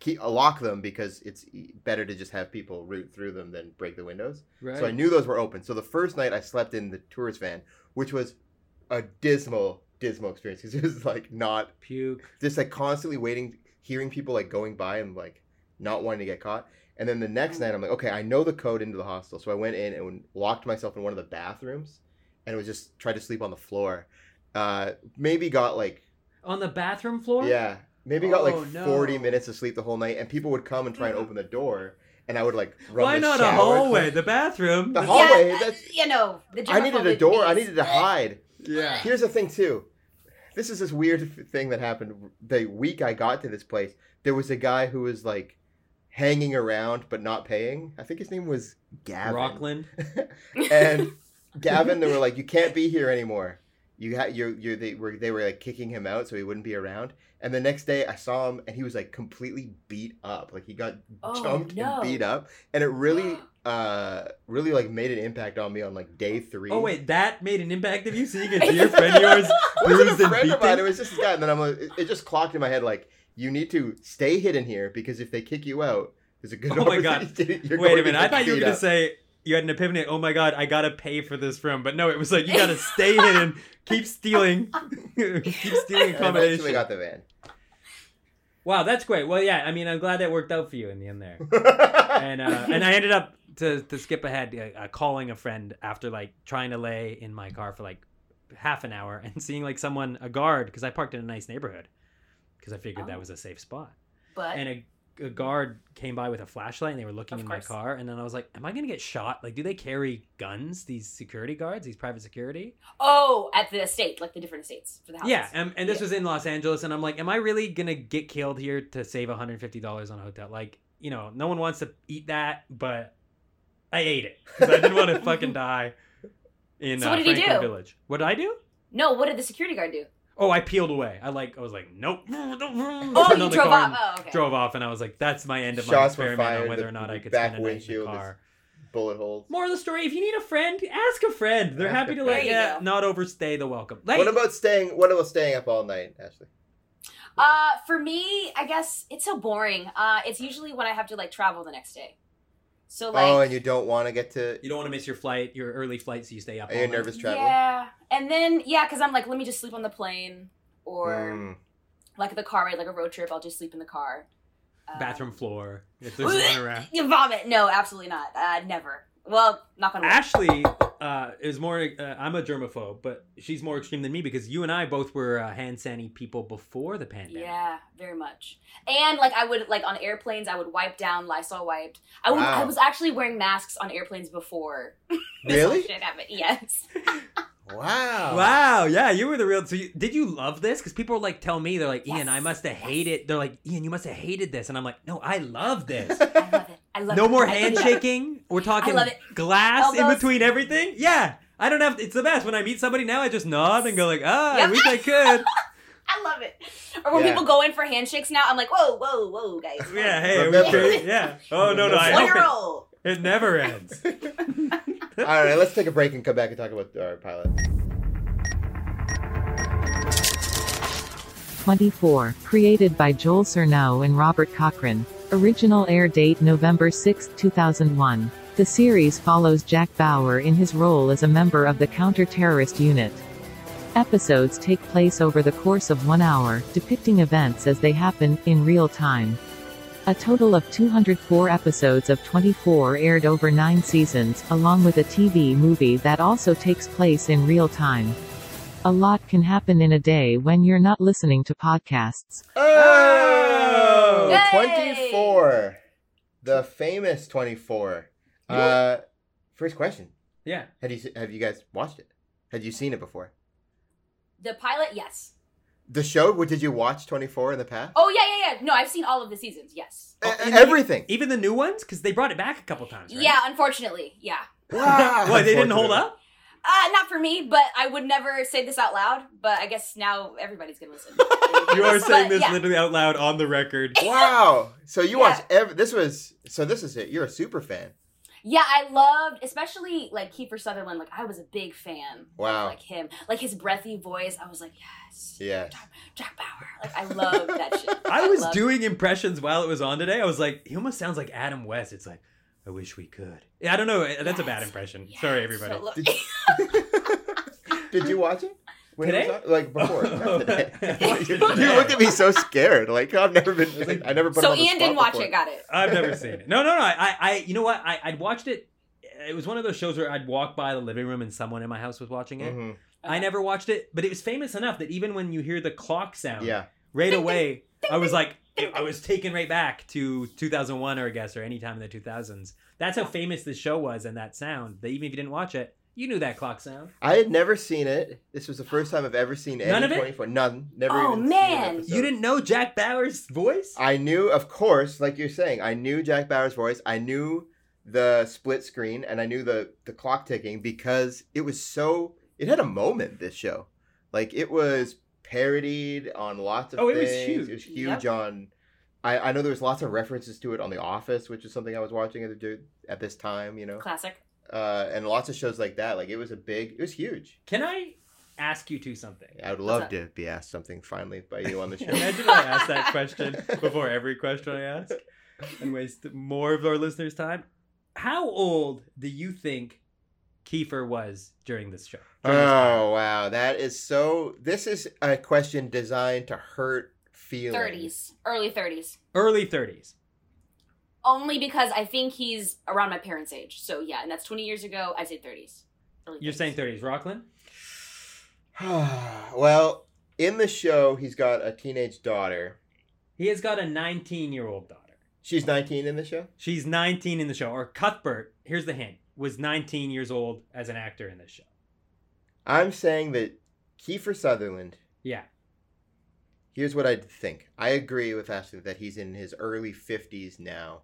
[SPEAKER 1] keep lock them because it's e- better to just have people root through them than break the windows.
[SPEAKER 2] Right.
[SPEAKER 1] So I knew those were open. So the first night I slept in the tourist van, which was a dismal, dismal experience because it was like not
[SPEAKER 2] puke.
[SPEAKER 1] just like constantly waiting, hearing people like going by and like not wanting to get caught. And then the
[SPEAKER 2] Mm.
[SPEAKER 1] next night I'm like, okay, I know the code into the hostel, so I went in and locked myself in one of the bathrooms, and was just tried to sleep on the floor. Uh, maybe got like
[SPEAKER 2] On the bathroom floor.
[SPEAKER 1] yeah, maybe got
[SPEAKER 2] Oh,
[SPEAKER 1] like
[SPEAKER 2] no.
[SPEAKER 1] 40 minutes of sleep the whole night, and people would come and try and open the door, and I would like run
[SPEAKER 2] Why
[SPEAKER 1] the
[SPEAKER 2] not a
[SPEAKER 1] shower
[SPEAKER 2] hallway?
[SPEAKER 1] curtain-
[SPEAKER 2] The bathroom.
[SPEAKER 1] The
[SPEAKER 2] That's-
[SPEAKER 1] hall- hallway,
[SPEAKER 4] Yeah,
[SPEAKER 1] that's-
[SPEAKER 4] you know, the
[SPEAKER 1] I needed a
[SPEAKER 4] germaphobic
[SPEAKER 1] door. I
[SPEAKER 4] beast.
[SPEAKER 1] needed to hide.
[SPEAKER 2] Yeah.
[SPEAKER 1] Here's the thing too. This is this weird f- thing that happened the week I got to this place. There was a guy who was like hanging around but not paying. I think his name was Gavin.
[SPEAKER 2] Rockland.
[SPEAKER 1] And Gavin, they were like, "You can't be here anymore." You had you you they were they were like kicking him out so he wouldn't be around. And the next day I saw him and he was like completely beat up. Like he got
[SPEAKER 4] Oh,
[SPEAKER 1] jumped
[SPEAKER 4] no.
[SPEAKER 1] and beat up. And it really uh really like made an impact on me on like day three.
[SPEAKER 2] Oh wait, that made an impact of you seeing a dear friend of yours bruised
[SPEAKER 1] wasn't a friend
[SPEAKER 2] and
[SPEAKER 1] of mine. It
[SPEAKER 2] beaten.
[SPEAKER 1] was just this guy, and then I'm like, it, it just clocked in my head like you need to stay hidden here because if they kick you out, there's a good.
[SPEAKER 2] Oh my God.
[SPEAKER 1] opportunity you're
[SPEAKER 2] Wait
[SPEAKER 1] going
[SPEAKER 2] a
[SPEAKER 1] to
[SPEAKER 2] minute. I
[SPEAKER 1] get
[SPEAKER 2] thought you were
[SPEAKER 1] beat
[SPEAKER 2] going to
[SPEAKER 1] up.
[SPEAKER 2] say you had an epiphany. Oh my God, I got to pay for this room. But no, it was like, you got to stay hidden, keep stealing,
[SPEAKER 1] And
[SPEAKER 2] keep stealing
[SPEAKER 1] Eventually,
[SPEAKER 2] accommodation.
[SPEAKER 1] got the van.
[SPEAKER 2] Wow, that's great. Well, yeah, I mean, I'm glad that worked out for you in the end there. And, uh, and I ended up, to, to skip ahead, uh, uh, calling a friend after like trying to lay in my car for like half an hour and seeing like someone, a guard, because I parked in a nice neighborhood because I figured that
[SPEAKER 4] Oh.
[SPEAKER 2] was a safe spot.
[SPEAKER 4] But
[SPEAKER 2] and a, a guard came by with a flashlight and they were looking
[SPEAKER 4] Of
[SPEAKER 2] in
[SPEAKER 4] course.
[SPEAKER 2] my car and then i was like am i gonna get shot like do they carry guns these security guards these private security
[SPEAKER 4] oh, at the estate, like the different estates for the house.
[SPEAKER 2] yeah and, and this
[SPEAKER 4] Yeah.
[SPEAKER 2] was in los angeles and i'm like am i really gonna get killed here to save $150 on a hotel like you know no one wants to eat that but i ate it 'cause i didn't want to fucking die in
[SPEAKER 4] So
[SPEAKER 2] uh,
[SPEAKER 4] what did he
[SPEAKER 2] franklin
[SPEAKER 4] do?
[SPEAKER 2] village what did i do
[SPEAKER 4] No, what did the security guard do?
[SPEAKER 2] oh i peeled away i like i was like nope
[SPEAKER 4] Oh,
[SPEAKER 2] oh
[SPEAKER 4] you drove off. Oh, okay.
[SPEAKER 2] drove off and I was like, that's my end of my
[SPEAKER 1] Shots were
[SPEAKER 2] experiment on
[SPEAKER 1] fired,
[SPEAKER 2] whether
[SPEAKER 1] the
[SPEAKER 2] or not I could
[SPEAKER 1] back
[SPEAKER 2] spend a night in the
[SPEAKER 1] windshield is-
[SPEAKER 2] car.
[SPEAKER 1] Bullet holes.
[SPEAKER 2] More of the story, if you need a friend, ask a friend. They're
[SPEAKER 1] Ask
[SPEAKER 2] happy
[SPEAKER 1] a
[SPEAKER 2] to
[SPEAKER 1] friend.
[SPEAKER 2] let
[SPEAKER 4] There
[SPEAKER 2] you
[SPEAKER 4] you go.
[SPEAKER 2] not overstay the welcome. Like,
[SPEAKER 1] What about staying? What about staying up all night, Ashley?
[SPEAKER 4] Uh, for me, I guess it's so boring. Uh, it's usually when I have to like travel the next day. So like
[SPEAKER 1] oh, and you don't want to get to.
[SPEAKER 2] You don't want to miss your flight, your early flight, so you stay up.
[SPEAKER 1] Are you
[SPEAKER 2] all night.
[SPEAKER 1] nervous traveling?
[SPEAKER 4] Yeah, and then yeah, because I'm like, let me just sleep on the plane or
[SPEAKER 1] Mm.
[SPEAKER 4] like the car ride, like a road trip. I'll just sleep in the car. Um,
[SPEAKER 2] Bathroom floor. If there's one around.
[SPEAKER 4] You vomit? No, absolutely not. Uh, never. Well, not gonna.
[SPEAKER 2] Ashley uh, is more. Uh, I'm a germaphobe, but she's more extreme than me because you and I both were uh, hand sanny people before the pandemic.
[SPEAKER 4] Yeah, very much. And like I would like on airplanes, I would wipe down Lysol wiped. I would,
[SPEAKER 1] Wow.
[SPEAKER 4] I was actually wearing masks on airplanes before. this whole
[SPEAKER 1] Really?
[SPEAKER 4] Shit happened. Yes. Oh.
[SPEAKER 1] Wow.
[SPEAKER 2] Wow. Yeah, you were the real. So you, did you love this? Because people like tell me they're like, Ian,
[SPEAKER 4] Yes,
[SPEAKER 2] I must have
[SPEAKER 4] yes.
[SPEAKER 2] hated. They're like, Ian, you must have hated this, and I'm like, no, I love this.
[SPEAKER 4] I love it. I love it.
[SPEAKER 2] no more
[SPEAKER 4] I love it.
[SPEAKER 2] handshaking. We're talking
[SPEAKER 4] love it.
[SPEAKER 2] glass in
[SPEAKER 4] Elbows.
[SPEAKER 2] between everything. Yeah. I don't have. It's the best when I meet somebody now. I just nod and go like, ah, I
[SPEAKER 4] Yep.
[SPEAKER 2] wish I could.
[SPEAKER 4] I love it. Or when
[SPEAKER 1] Yeah.
[SPEAKER 4] people go in for handshakes now, I'm like, whoa, whoa, whoa, guys.
[SPEAKER 2] Yeah. Hey.
[SPEAKER 1] Remember.
[SPEAKER 2] Okay. Yeah. Oh no no. I
[SPEAKER 4] One
[SPEAKER 2] hope
[SPEAKER 4] year
[SPEAKER 2] it,
[SPEAKER 4] old.
[SPEAKER 2] it never ends.
[SPEAKER 1] All right, let's take a break and come back and talk about our pilot.
[SPEAKER 5] 24, created by Joel Surnow and Robert Cochran. Original air date November 6, 2001. The series follows Jack Bauer in his role as a member of the counter-terrorist unit. Episodes take place over the course of one hour, depicting events as they happen, in real time. A total of 204 episodes of 24 aired over nine seasons, along with a TV movie that also takes place in real time. A lot can happen in a day when you're not listening to podcasts.
[SPEAKER 1] Oh,
[SPEAKER 4] Yay!
[SPEAKER 1] 24. The famous 24. Uh, first question.
[SPEAKER 2] Yeah.
[SPEAKER 1] Had you se- have you guys watched it? Had you seen it before?
[SPEAKER 4] The pilot, yes.
[SPEAKER 1] The show? What did you watch 24 in the past?
[SPEAKER 4] Oh yeah, yeah, yeah. No, I've seen all of the seasons. Yes.
[SPEAKER 1] E-
[SPEAKER 2] Oh, and
[SPEAKER 1] everything.
[SPEAKER 2] Even the new ones, because they brought it back a couple times. Right?
[SPEAKER 4] Yeah, unfortunately, yeah.
[SPEAKER 1] Wow.
[SPEAKER 2] Why they didn't hold up?
[SPEAKER 4] Uh, not for me, but I would never say this out loud. But I guess now everybody's gonna listen.
[SPEAKER 2] You are saying
[SPEAKER 4] But,
[SPEAKER 2] this
[SPEAKER 4] yeah.
[SPEAKER 2] literally out loud on the record.
[SPEAKER 1] Wow. So you
[SPEAKER 4] Yeah.
[SPEAKER 1] watched every. This was. So this is it. You're a super fan.
[SPEAKER 4] Yeah, I loved, especially like Kiefer Sutherland. Like I was a big fan.
[SPEAKER 1] Wow.
[SPEAKER 4] Of, like him, like his breathy voice. I was like, yes,
[SPEAKER 1] Yes.
[SPEAKER 4] Jack Bauer. Like I love that shit.
[SPEAKER 2] I was
[SPEAKER 4] loved-
[SPEAKER 2] doing impressions while it was on today. I was like, he almost sounds like Adam West. It's like, I wish we could. Yeah, I don't know. That's a bad
[SPEAKER 4] Yes.
[SPEAKER 2] impression.
[SPEAKER 4] Yeah,
[SPEAKER 2] Sorry, everybody.
[SPEAKER 4] so lo-
[SPEAKER 1] Did- Did you watch it? When it was
[SPEAKER 2] Today?
[SPEAKER 1] on? like before. not today.
[SPEAKER 2] You
[SPEAKER 1] you look at me so scared. Like I've never been. I never put. him
[SPEAKER 4] so
[SPEAKER 1] on the
[SPEAKER 4] Ian didn't watch
[SPEAKER 1] spot before.
[SPEAKER 4] it. Got it.
[SPEAKER 2] I've never seen it. No, no, no. I, I, I you know what? I, I'd watched it. It was one of those shows where I'd walk by the living room and someone in my house was watching it.
[SPEAKER 1] Mhm.
[SPEAKER 2] I never watched it, but it was famous enough that even when you hear the clock sound,
[SPEAKER 1] Yeah.
[SPEAKER 2] right away i was like i was taken right back to 2001 or i guess or any time in the 2000s that's how famous this show was and that sound that even if you didn't watch it you knew that clock sound
[SPEAKER 1] I had never seen it. This was the first time I've ever seen any
[SPEAKER 2] None of it?
[SPEAKER 1] 24. None. Never even
[SPEAKER 4] Oh,
[SPEAKER 1] seen an
[SPEAKER 4] man.
[SPEAKER 1] episode.
[SPEAKER 2] you didn't know jack bauer's voice
[SPEAKER 1] I knew, of course, like you're saying, I knew Jack Bauer's voice. I knew the split screen and I knew the, the clock ticking because it was so. It had a moment, this show. Like, it was parodied on lots of
[SPEAKER 2] Oh, it was
[SPEAKER 1] things.
[SPEAKER 2] huge.
[SPEAKER 1] It was huge on. I, I know there was lots of references to it on The Office, which is something I was watching at, the, at this time, you know,
[SPEAKER 4] Classic.
[SPEAKER 1] uh, and lots of shows like that. Like it was a big, it was huge.
[SPEAKER 2] can i ask you to something
[SPEAKER 1] I would love
[SPEAKER 4] up?
[SPEAKER 1] to be asked something finally by you on the show.
[SPEAKER 2] imagine i asked that question before every question i ask and waste more of our listeners time how old do you think kiefer was during this show During this pilot?
[SPEAKER 1] Oh wow, that is so. This is a question designed to hurt feelings.
[SPEAKER 4] 30s, early 30s.
[SPEAKER 2] early 30s
[SPEAKER 4] Only because I think he's around my parents' age. So yeah, and that's 20 years ago. I'd say 30s. Early
[SPEAKER 2] you're
[SPEAKER 4] 30s.
[SPEAKER 2] saying 30s rockland
[SPEAKER 1] well, in the show, he's got a teenage daughter.
[SPEAKER 2] he has got a 19 year old daughter
[SPEAKER 1] She's 19 in the show.
[SPEAKER 2] She's 19 in the show, or Cuthbert. Here's the hint: was 19 years old as an actor in this show.
[SPEAKER 1] I'm saying that Kiefer Sutherland.
[SPEAKER 2] Yeah,
[SPEAKER 1] Here's what I think. I agree with Ashley that he's in his early 50s now,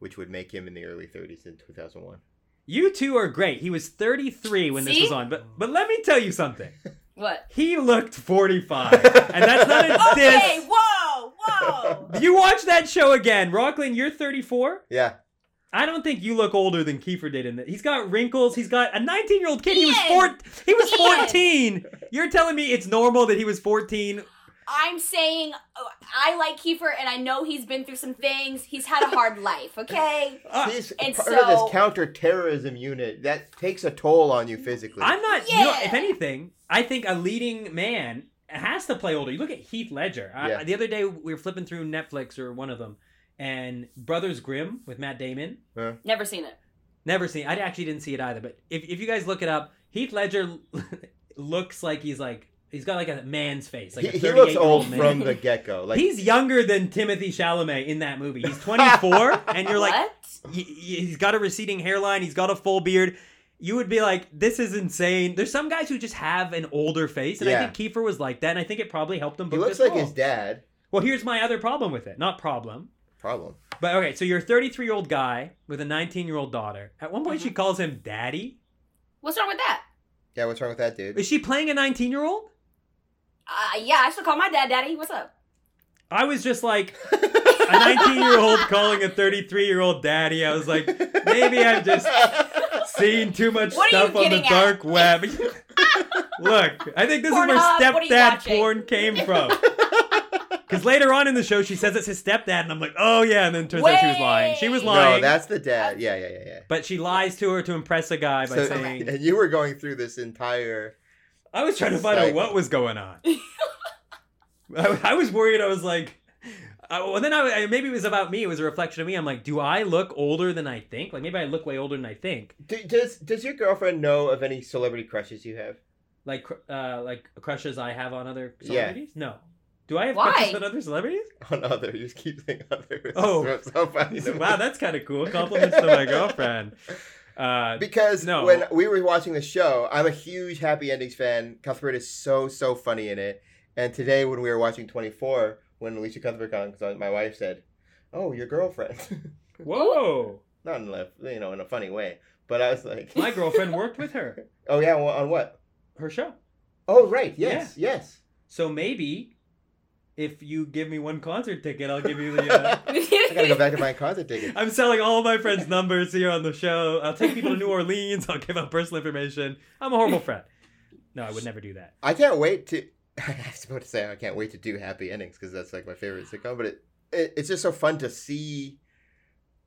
[SPEAKER 1] which would make him in the early 30s in 2001.
[SPEAKER 2] you two are great. He was 33 when this
[SPEAKER 4] See?
[SPEAKER 2] was on, but but let me tell you something.
[SPEAKER 4] What?
[SPEAKER 2] He looked 45, and that's not a
[SPEAKER 4] Okay,
[SPEAKER 2] diss.
[SPEAKER 4] whoa, whoa.
[SPEAKER 2] You watch that show again, Rockland. You're 34.
[SPEAKER 1] Yeah,
[SPEAKER 2] I don't think you look older than Kiefer did in that. He's got wrinkles. He's got a 19 year old kid. He was
[SPEAKER 4] Ian!
[SPEAKER 2] four. He was
[SPEAKER 4] Ian!
[SPEAKER 2] 14. You're telling me it's normal that he was 14
[SPEAKER 4] I'm saying uh, I like Kiefer, and I know he's been through some things. He's had a hard life. Okay.
[SPEAKER 1] He's
[SPEAKER 4] Uh, and
[SPEAKER 1] part of this
[SPEAKER 4] so-
[SPEAKER 1] counterterrorism unit that takes a toll on you physically.
[SPEAKER 2] I'm not. You know,
[SPEAKER 4] Yeah.
[SPEAKER 2] if anything, I think a leading man has to play older. You look at Heath Ledger. I-
[SPEAKER 1] Yeah.
[SPEAKER 2] the other day, we were flipping through Netflix or one of them, and Brothers Grimm with Matt Damon.
[SPEAKER 1] Huh?
[SPEAKER 4] Never seen it.
[SPEAKER 2] Never seen. I actually didn't see it either. But if if you guys look it up, Heath Ledger looks like he's like he's got like a man's face. Like a
[SPEAKER 1] he, he looks
[SPEAKER 2] 38-year-old
[SPEAKER 1] old
[SPEAKER 2] man.
[SPEAKER 1] from the get go. Like
[SPEAKER 2] he's younger than Timothy Chalamet in that movie. He's 24, and you're like,
[SPEAKER 4] what?
[SPEAKER 2] he, he's got a receding hairline. He's got a full beard. You would be like, this is insane. There's some guys who just have an older face, and I
[SPEAKER 1] Yeah.
[SPEAKER 2] think Kiefer was like that, and I think it probably helped him.
[SPEAKER 1] he
[SPEAKER 2] Book
[SPEAKER 1] looks
[SPEAKER 2] this
[SPEAKER 1] like
[SPEAKER 2] role.
[SPEAKER 1] his dad.
[SPEAKER 2] Well, here's my other problem with it. Not problem,
[SPEAKER 1] Problem.
[SPEAKER 2] but okay. So you're a 33 year old guy with a 19 year old daughter. At one point,
[SPEAKER 1] Mm-hmm.
[SPEAKER 2] she calls him daddy.
[SPEAKER 4] What's wrong with that?
[SPEAKER 1] Yeah, what's wrong with that dude?
[SPEAKER 2] Is she playing a 19 year old?
[SPEAKER 4] Uh, yeah, I should call my dad, Daddy. What's up?
[SPEAKER 2] I was just like a 19 year old calling a 33 year old daddy. I was like, maybe I'm just seeing too much
[SPEAKER 4] What are you
[SPEAKER 2] stuff on the
[SPEAKER 4] getting at?
[SPEAKER 2] dark web. Look, I think this is
[SPEAKER 4] Pornhub,
[SPEAKER 2] where
[SPEAKER 4] what are you
[SPEAKER 2] stepdad
[SPEAKER 4] watching?
[SPEAKER 2] porn came from. Because later on in the show, she says it's his stepdad, and I'm like, oh yeah, and then it turns out she was lying. She was
[SPEAKER 4] Wait.
[SPEAKER 1] no,
[SPEAKER 2] lying,
[SPEAKER 1] that's the dad. Yeah, yeah, yeah, yeah.
[SPEAKER 2] but she lies to her to impress a guy by
[SPEAKER 1] So,
[SPEAKER 2] saying,
[SPEAKER 1] and you were going through this entire.
[SPEAKER 2] I was trying to find out
[SPEAKER 1] Psycho.
[SPEAKER 2] what was going on. I, I was worried. I was like, I, well, then I, I- maybe it was about me. It was a reflection of me. I'm like, do I look older than I think? Like maybe I look way older than I think.
[SPEAKER 1] Do, does does your girlfriend know of any celebrity crushes you have?
[SPEAKER 2] Like cr- uh, like crushes I have on other
[SPEAKER 1] Yeah.
[SPEAKER 2] celebrities. No, do I have
[SPEAKER 4] Why?
[SPEAKER 2] crushes on other celebrities?
[SPEAKER 1] On other, you just keep saying other.
[SPEAKER 2] Oh.
[SPEAKER 1] It's so funny
[SPEAKER 2] He
[SPEAKER 1] to
[SPEAKER 2] said,
[SPEAKER 1] me.
[SPEAKER 2] wow, that's kind of cool. Compliments to my girlfriend. Uh,
[SPEAKER 1] Because
[SPEAKER 2] No.
[SPEAKER 1] when we were watching the show, I'm a huge happy endings fan. Cuthbert is so so funny in it. And today when we were watching 24, when Alicia Cuthbert comes on, my wife said, "Oh, your girlfriend."
[SPEAKER 2] whoa,
[SPEAKER 1] Not in a you know in a funny way, but I was like,
[SPEAKER 2] my girlfriend worked with her.
[SPEAKER 1] "Oh yeah, well, on what?"
[SPEAKER 2] Her show.
[SPEAKER 1] Oh right, yes, yes.
[SPEAKER 2] So maybe if you give me one concert ticket, I'll give you the. Uh,
[SPEAKER 1] I gotta go back to my concert ticket.
[SPEAKER 2] I'm selling all my friends' numbers here on the show. I'll take people to New Orleans. I'll give out personal information. I'm a horrible friend. No, I would never do that.
[SPEAKER 1] I can't wait to. I was about to say I can't wait to do happy endings because that's like my favorite sitcom. But it, it it's just so fun to see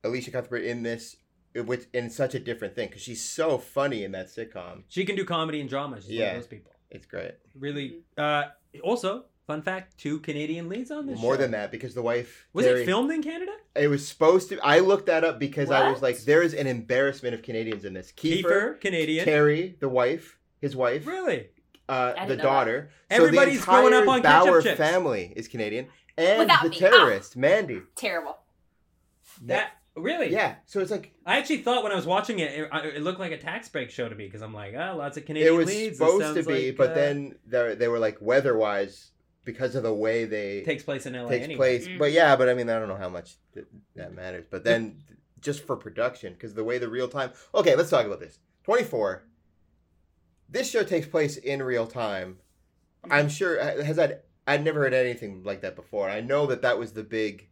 [SPEAKER 1] Alicia Cuthbert in this, which in such a different thing because she's so funny in that sitcom.
[SPEAKER 2] She can do comedy and drama. She's one
[SPEAKER 1] Yeah.
[SPEAKER 2] of those people.
[SPEAKER 1] It's great.
[SPEAKER 2] Really. Uh,
[SPEAKER 4] Mm-hmm.
[SPEAKER 2] also, fun fact: two Canadian leads on this.
[SPEAKER 1] More
[SPEAKER 2] show.
[SPEAKER 1] than that, because the wife
[SPEAKER 2] Was
[SPEAKER 1] Terry-
[SPEAKER 2] it filmed in Canada?
[SPEAKER 1] It was supposed to. I looked that up because I was
[SPEAKER 4] What?
[SPEAKER 1] like, there is an embarrassment of Canadians in this. Kiefer,
[SPEAKER 2] Kiefer, Canadian.
[SPEAKER 1] Terry, the wife, his wife,
[SPEAKER 2] Really?
[SPEAKER 1] uh,
[SPEAKER 4] didn't
[SPEAKER 1] the
[SPEAKER 4] know that.
[SPEAKER 1] daughter.
[SPEAKER 2] Everybody's growing up
[SPEAKER 1] entire
[SPEAKER 2] on ketchup
[SPEAKER 1] Bauer
[SPEAKER 2] chips.
[SPEAKER 1] family is Canadian, and
[SPEAKER 4] Without
[SPEAKER 1] the
[SPEAKER 4] me. Ah.
[SPEAKER 1] terrorist Mandy.
[SPEAKER 4] Terrible.
[SPEAKER 2] That really?
[SPEAKER 1] Yeah, so it's like
[SPEAKER 2] I actually thought when I was watching it, it, it looked like a tax break show to me because I'm like, oh, lots of
[SPEAKER 1] it
[SPEAKER 2] Canadian
[SPEAKER 1] was
[SPEAKER 2] leads. This
[SPEAKER 1] supposed to
[SPEAKER 2] sounds
[SPEAKER 1] be,
[SPEAKER 2] like,
[SPEAKER 1] but
[SPEAKER 2] uh,
[SPEAKER 1] then they they were like weather-wise because of the way they
[SPEAKER 2] it takes place in LA.
[SPEAKER 1] takes
[SPEAKER 2] anyway.
[SPEAKER 1] place.
[SPEAKER 4] Mm.
[SPEAKER 1] But yeah, but I mean, I don't know how much th- that matters. But then just for production, because the way the real time. Okay, let's talk about this. 24. This show takes place in real time. I'm sure uh, has that. I'd never heard anything like that before. I know that that was the big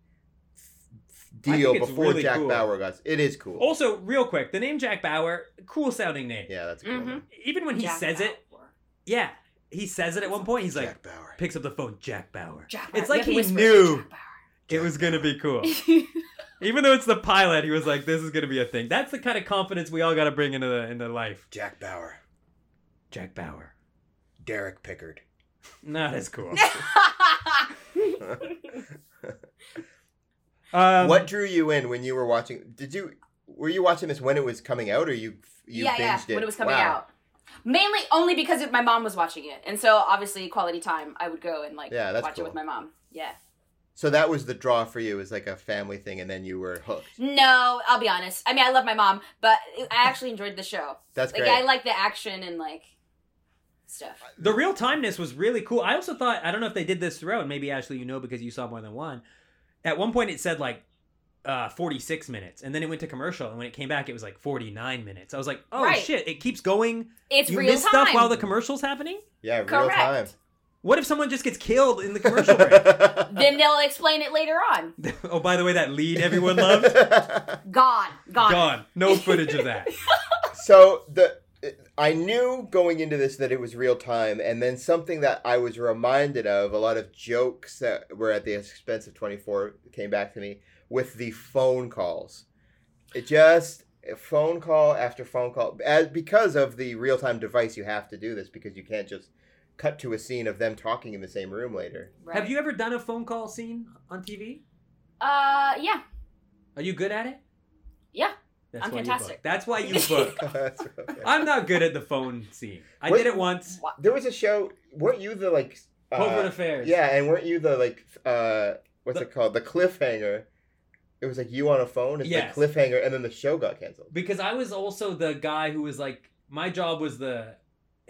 [SPEAKER 2] I
[SPEAKER 1] deal
[SPEAKER 2] think it's
[SPEAKER 1] before
[SPEAKER 2] really
[SPEAKER 1] Jack
[SPEAKER 2] cool.
[SPEAKER 1] Bauer got. It is cool.
[SPEAKER 2] Also, real quick, the name Jack Bauer, cool sounding name.
[SPEAKER 1] yeah, that's a cool.
[SPEAKER 4] Mhm.
[SPEAKER 1] one.
[SPEAKER 2] Even when he
[SPEAKER 4] Jack
[SPEAKER 2] says it,
[SPEAKER 4] Bauer.
[SPEAKER 2] Yeah, he says it at one point. He's like,
[SPEAKER 1] Jack Bauer.
[SPEAKER 2] picks up the phone, Jack Bauer.
[SPEAKER 4] Jack
[SPEAKER 2] It's
[SPEAKER 4] Bauer.
[SPEAKER 2] like
[SPEAKER 4] You
[SPEAKER 2] he
[SPEAKER 4] have to whisper,
[SPEAKER 2] knew
[SPEAKER 4] Jack
[SPEAKER 2] it was gonna be cool.
[SPEAKER 4] Bauer.
[SPEAKER 2] Even though it's the pilot, he was like, "This is gonna be a thing." That's the kind of confidence we all gotta bring into the into life.
[SPEAKER 1] Jack Bauer.
[SPEAKER 2] Jack Bauer,
[SPEAKER 1] Derek Pickard.
[SPEAKER 2] not as cool. Um,
[SPEAKER 1] what drew you in when you were watching? Did you were you watching this when it was coming out, or you you
[SPEAKER 4] yeah,
[SPEAKER 1] binged
[SPEAKER 4] yeah,
[SPEAKER 1] it
[SPEAKER 4] when it was coming
[SPEAKER 1] Wow.
[SPEAKER 4] out. Mainly only because it, my mom was watching it. And so obviously quality time, I would go and like
[SPEAKER 1] Yeah, that's
[SPEAKER 4] watch
[SPEAKER 1] cool.
[SPEAKER 4] it with my mom. Yeah.
[SPEAKER 1] So that was the draw for you, is like a family thing, and then you were hooked.
[SPEAKER 4] No, I'll be honest. I mean, I love my mom, but I actually enjoyed the show.
[SPEAKER 1] That's
[SPEAKER 4] like
[SPEAKER 1] great.
[SPEAKER 4] I like the action and like stuff.
[SPEAKER 2] The real timeness was really cool. I also thought I don't know if they did this throughout, and maybe Ashley, you know, because you saw more than one. At one point, it said like uh, 46 minutes, and then it went to commercial, and when it came back, it was like 49 minutes. I was like, oh
[SPEAKER 4] Right.
[SPEAKER 2] shit, it keeps going.
[SPEAKER 4] It's
[SPEAKER 2] you
[SPEAKER 4] real
[SPEAKER 2] miss
[SPEAKER 4] time.
[SPEAKER 2] stuff while the commercial's happening.
[SPEAKER 1] yeah, real
[SPEAKER 4] Correct.
[SPEAKER 1] time.
[SPEAKER 2] What if someone just gets killed in the commercial break?
[SPEAKER 4] then they'll explain it later on.
[SPEAKER 2] oh, by the way, that lead everyone loved
[SPEAKER 4] Gone, gone.
[SPEAKER 2] gone. No footage of that.
[SPEAKER 1] so the I knew going into this that it was real time, and then something that I was reminded of a lot of jokes that were at the expense of 24 came back to me with the phone calls. It just phone call after phone call as, because of the real time device you have to do this because you can't just cut to a scene of them talking in the same room later.
[SPEAKER 4] Right.
[SPEAKER 2] Have you ever done a phone call scene on TV?
[SPEAKER 4] Uh, yeah.
[SPEAKER 2] Are you good at it?
[SPEAKER 4] Yeah.
[SPEAKER 2] That's
[SPEAKER 4] I'm
[SPEAKER 2] why you
[SPEAKER 4] fantastic.
[SPEAKER 2] book. That's why you book.
[SPEAKER 1] That's okay.
[SPEAKER 2] I'm not good at the phone scene. I
[SPEAKER 1] What-
[SPEAKER 2] did it once.
[SPEAKER 1] There was a show. Weren't you the like? uh,
[SPEAKER 2] Covert Affairs.
[SPEAKER 1] Yeah, and weren't you the like uh what's
[SPEAKER 2] The-
[SPEAKER 1] it called? The cliffhanger. It was like you on a phone, it's
[SPEAKER 2] Yes.
[SPEAKER 1] the cliffhanger, and then the show got canceled.
[SPEAKER 2] Because I was also the guy who was like, my job was the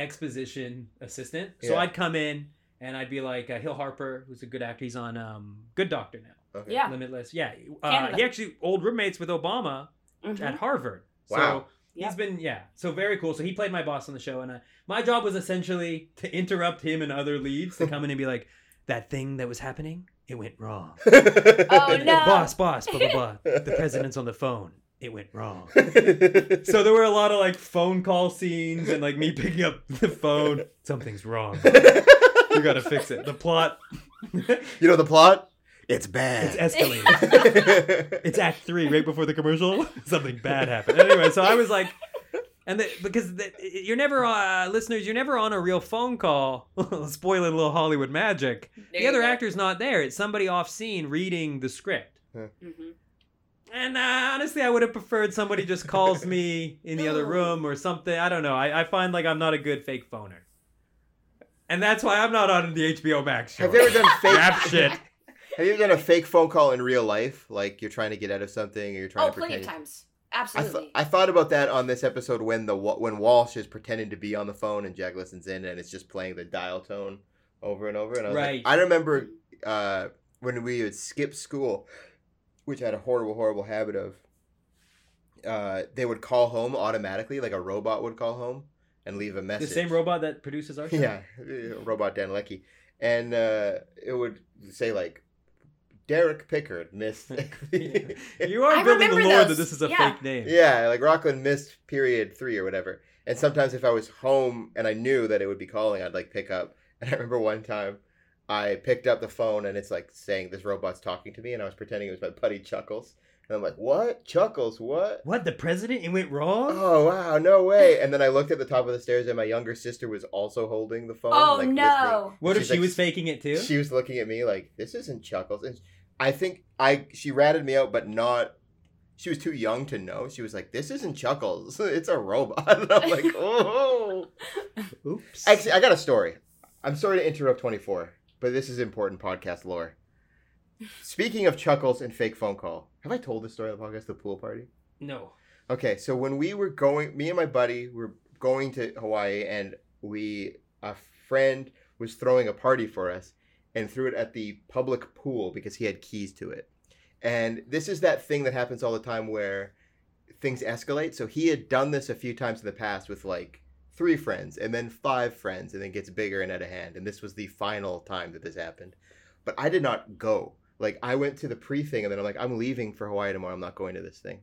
[SPEAKER 2] exposition assistant. So
[SPEAKER 1] Yeah.
[SPEAKER 2] I'd come in and I'd be like, uh, Hill Harper, who's a good actor, he's on um, Good Doctor now,
[SPEAKER 1] Okay.
[SPEAKER 4] Yeah.
[SPEAKER 2] Limitless. Yeah. Uh,
[SPEAKER 4] Canada.
[SPEAKER 2] he actually, old roommates with Obama
[SPEAKER 4] Mhm.
[SPEAKER 2] at Harvard. So
[SPEAKER 1] Wow.
[SPEAKER 2] he's
[SPEAKER 4] Yep.
[SPEAKER 2] been yeah. So very cool. So he played my boss on the show, and I, my job was essentially to interrupt him and other leads to come in and be like, "That thing that was happening, it went wrong."
[SPEAKER 4] Oh, no.
[SPEAKER 2] Boss, boss, blah blah blah. the president's on the phone. It went wrong. So there were a lot of like phone call scenes and like me picking up the phone. Something's wrong. You gotta fix it. The plot
[SPEAKER 1] you know the plot? It's
[SPEAKER 2] it's
[SPEAKER 1] bad.
[SPEAKER 2] escalating. it's act three right before the commercial something bad happened anyway so i was like and the, because the, you're never uh, listeners you're never on a real phone call spoiling a little hollywood magic
[SPEAKER 4] There
[SPEAKER 2] the
[SPEAKER 4] you
[SPEAKER 2] other
[SPEAKER 4] go.
[SPEAKER 2] actor's not there it's somebody off scene reading the script
[SPEAKER 4] Mhm.
[SPEAKER 2] and uh, honestly i would have preferred somebody just calls me in the other room or something i don't know I, I find like i'm not a good fake phoner and that's why i'm not on the hbo max show
[SPEAKER 1] Have you ever done fake
[SPEAKER 2] rap shit
[SPEAKER 1] Have you ever done a fake phone call in real life? Like you're trying to get out of something or you're trying
[SPEAKER 4] Oh,
[SPEAKER 1] to
[SPEAKER 4] plenty
[SPEAKER 1] pretend
[SPEAKER 4] of times.
[SPEAKER 1] I, th-
[SPEAKER 4] Absolutely.
[SPEAKER 1] I thought about that on this episode when the Wa- when Walsh is pretending to be on the phone and Jack listens in and it's just playing the dial tone over and over. And I was
[SPEAKER 2] Right.
[SPEAKER 1] like, I remember uh, when we would skip school, which I had a horrible, horrible habit of. Uh, they would call home automatically, like a robot would call home and leave a
[SPEAKER 2] the
[SPEAKER 1] message.
[SPEAKER 2] same robot that produces our show
[SPEAKER 1] Yeah, uh, robot Dan Leckie, and uh, it would say like. Derek Pickard missed.
[SPEAKER 2] you are
[SPEAKER 4] I
[SPEAKER 2] building the
[SPEAKER 4] remember
[SPEAKER 2] lore that
[SPEAKER 4] those.
[SPEAKER 2] this is a
[SPEAKER 4] Yeah.
[SPEAKER 2] fake name.
[SPEAKER 1] Yeah, like Rockland missed period three or whatever. And sometimes if I was home and I knew that it would be calling, I'd like pick up. And I remember one time I picked up the phone and it's like saying this robot's talking to me, and I was pretending it was my buddy Chuckles. And I'm like, what? Chuckles, what?
[SPEAKER 2] What the president? It went wrong.
[SPEAKER 1] Oh wow, no way! And then I looked at the top of the stairs, and my younger sister was also holding the phone.
[SPEAKER 4] Oh,
[SPEAKER 1] like,
[SPEAKER 4] no.
[SPEAKER 2] What if
[SPEAKER 1] She's
[SPEAKER 2] she
[SPEAKER 1] like-
[SPEAKER 2] was faking it too?
[SPEAKER 1] listening. She was looking at me like, "This isn't Chuckles." And I think I she ratted me out, but not. She was too young to know. She was like, "This isn't Chuckles. It's a robot." And I'm like, "Oh."
[SPEAKER 2] Oops.
[SPEAKER 1] Actually, I got a story. I'm sorry to interrupt 24, but this is important podcast lore. Speaking of Chuckles and fake phone call, have I told this story on the podcast, the pool party?
[SPEAKER 2] no.
[SPEAKER 1] Okay, so when we were going, me and my buddy were going to Hawaii, and we a friend was throwing a party for us, and threw it at the public pool because he had keys to it. And this is that thing that happens all the time where things escalate. So he had done this a few times in the past with like three friends, and then five friends, and then gets bigger and out of hand. And this was the final time that this happened. But I did not go. Like I went to the pre thing, and then I'm like, I'm leaving for Hawaii tomorrow. I'm not going to this thing.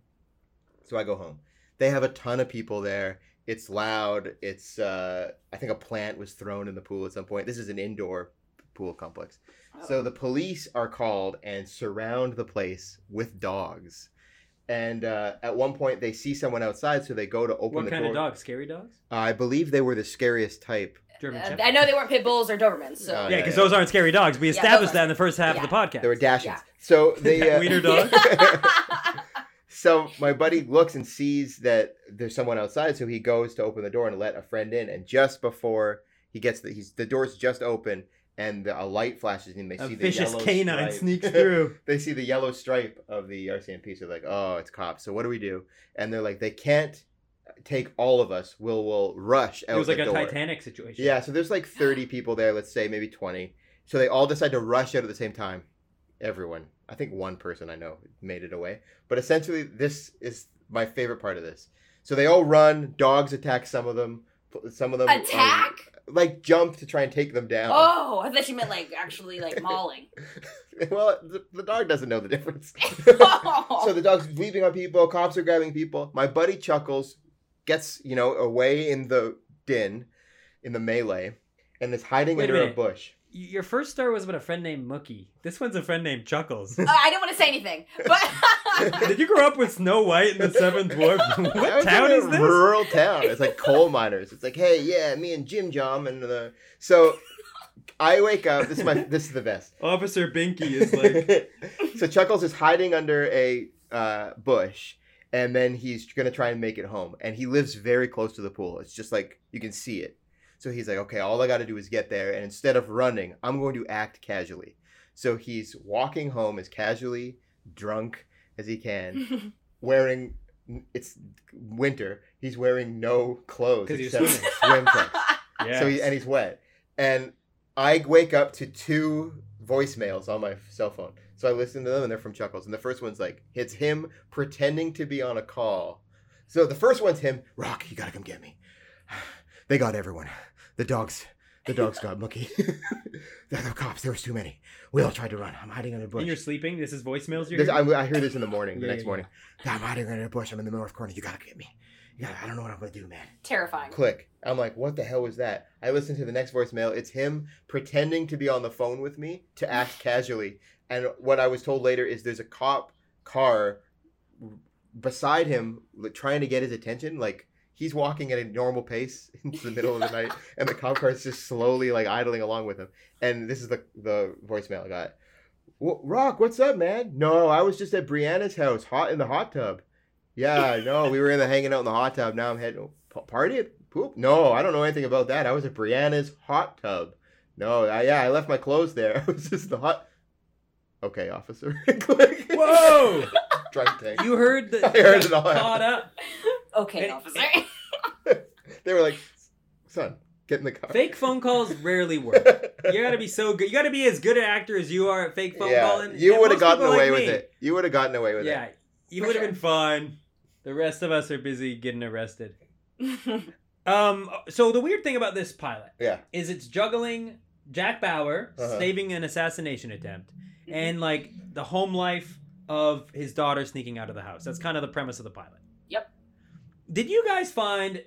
[SPEAKER 1] So I go home. They have a ton of people there. It's loud. It's uh, I think a plant was thrown in the pool at some point. This is an indoor pool complex.
[SPEAKER 4] Oh.
[SPEAKER 1] So the police are called and surround the place with dogs. And uh, at one point, they see someone outside, so they go to open
[SPEAKER 2] What
[SPEAKER 1] the
[SPEAKER 2] kind
[SPEAKER 1] door.
[SPEAKER 2] of dogs? Scary dogs?
[SPEAKER 1] I believe they were the scariest type.
[SPEAKER 2] German
[SPEAKER 4] Uh,
[SPEAKER 2] Shepherd.
[SPEAKER 4] I know they weren't pit bulls or Dobermans. So
[SPEAKER 1] Uh,
[SPEAKER 2] Yeah, because those aren't scary dogs. We
[SPEAKER 4] Yeah, those
[SPEAKER 2] established that
[SPEAKER 4] are-
[SPEAKER 2] in the first half of the podcast.
[SPEAKER 1] They were Dachshunds.
[SPEAKER 4] Yeah.
[SPEAKER 1] So they uh,
[SPEAKER 2] Wiener dog?
[SPEAKER 1] so my buddy looks and sees that there's someone outside, so he goes to open the door and let a friend in. And just before he gets the, he's the door's just open, and the, a light flashes in. They
[SPEAKER 2] A
[SPEAKER 1] see
[SPEAKER 2] vicious
[SPEAKER 1] the yellow
[SPEAKER 2] canine
[SPEAKER 1] stripe.
[SPEAKER 2] sneaks through.
[SPEAKER 1] they see the yellow stripe of the RCMP, so they're like, "Oh, it's cops." So what do we do? And they're like, "They can't take all of us. We'll we'll rush out
[SPEAKER 2] it was like
[SPEAKER 1] the
[SPEAKER 2] a
[SPEAKER 1] door."
[SPEAKER 2] Titanic situation.
[SPEAKER 1] Yeah, so there's like 30 people there, let's say maybe 20. So they all decide to rush out at the same time. Everyone. I think one person I know made it away. But essentially, this is my favorite part of this. So they all run, dogs attack some of them. Some of them are-
[SPEAKER 4] Attack?
[SPEAKER 1] like jump to try and take them down.
[SPEAKER 4] Oh, I thought you meant like actually like mauling.
[SPEAKER 1] well, the, the dog doesn't know the difference.
[SPEAKER 4] Oh.
[SPEAKER 1] so the dog's leaping on people, cops are grabbing people. My buddy chuckles, gets you know away in the din, in the melee, and is hiding
[SPEAKER 2] Wait a
[SPEAKER 1] under a,
[SPEAKER 2] minute.
[SPEAKER 1] bush.
[SPEAKER 2] Y- Your first story was about a friend named Mookie. This one's a friend named Chuckles.
[SPEAKER 4] Uh, I didn't want to say anything, but
[SPEAKER 2] Did you grow up with Snow White and the Seven Dwarfs?
[SPEAKER 1] I was
[SPEAKER 2] what
[SPEAKER 1] in
[SPEAKER 2] town
[SPEAKER 1] a
[SPEAKER 2] is this?
[SPEAKER 1] Rural town. It's like coal miners. It's like, hey, yeah, me and Jim Jom and the so. I wake up. This is my. This is the best.
[SPEAKER 2] Officer Binky is like,
[SPEAKER 1] so Chuckles is hiding under a uh, bush, and then he's gonna try and make it home. And he lives very close to the pool. It's just like you can see it. So he's like, okay, all I got to do is get there, and instead of running, I'm going to act casually. So he's walking home as casually drunk as he can, wearing. It's winter. He's wearing no clothes
[SPEAKER 2] 'Cause he's
[SPEAKER 1] except
[SPEAKER 2] swimming.
[SPEAKER 1] swim trunks.
[SPEAKER 2] yeah.
[SPEAKER 1] So he, and he's wet. And I wake up to two voicemails on my cell phone. So I listen to them and they're from Chuckles. And the first one's like, it's him pretending to be on a call. So the first one's him, Rock, you gotta come get me. They got everyone. The dogs, the dogs got Mookie. the other cops, there was too many. We all tried to run. I'm hiding under a bush.
[SPEAKER 2] and you're sleeping. This is voicemails. You're
[SPEAKER 1] This, I,
[SPEAKER 2] hearing?
[SPEAKER 1] I hear this in the morning, the
[SPEAKER 2] Yeah,
[SPEAKER 1] next
[SPEAKER 2] yeah,
[SPEAKER 1] morning. I'm hiding under a bush. I'm in the north corner. You gotta get me. You gotta, I don't know what I'm gonna do, man
[SPEAKER 4] terrifying.
[SPEAKER 1] click. I'm like, what the hell was that? I listen to the next voicemail. It's him pretending to be on the phone with me to act casually. And what I was told later is there's a cop car beside him like, trying to get his attention. Like he's walking at a normal pace into the middle of the night, and the cop car is just slowly like idling along with him. And this is the the voicemail I got. "Wh- Rock, what's up, man? No, I was just at Brianna's house, hot in the hot tub. Yeah, no, we were in the hanging out in the hot tub. Now I'm heading P- party at poop. No, I don't know anything about that. I was at Brianna's hot tub. No, I, yeah, I left my clothes there. It was just the hot. Okay, officer. Click.
[SPEAKER 2] Whoa!
[SPEAKER 1] Drunk tank.
[SPEAKER 2] You heard the
[SPEAKER 1] I heard it all.
[SPEAKER 2] caught up.
[SPEAKER 4] Okay,
[SPEAKER 2] It-
[SPEAKER 4] officer.
[SPEAKER 1] They were like, "Son, get in the car."
[SPEAKER 2] Fake phone calls rarely work. You gotta be so good. You gotta be as good an actor as you are at fake phone
[SPEAKER 1] yeah,
[SPEAKER 2] calling.
[SPEAKER 1] you
[SPEAKER 2] And
[SPEAKER 1] would have
[SPEAKER 2] most
[SPEAKER 1] gotten
[SPEAKER 2] people like
[SPEAKER 1] away with
[SPEAKER 2] me-
[SPEAKER 1] it. You would have gotten away with
[SPEAKER 2] Yeah,
[SPEAKER 1] it.
[SPEAKER 2] you
[SPEAKER 4] For
[SPEAKER 2] would have
[SPEAKER 4] sure.
[SPEAKER 2] been fine. The rest of us are busy getting arrested. Um. So the weird thing about this pilot
[SPEAKER 1] Yeah.
[SPEAKER 2] is it's juggling Jack Bauer
[SPEAKER 1] Uh-huh.
[SPEAKER 2] saving an assassination attempt and like the home life of his daughter sneaking out of the house. That's kind of the premise of the pilot.
[SPEAKER 4] Yep.
[SPEAKER 2] Did you guys find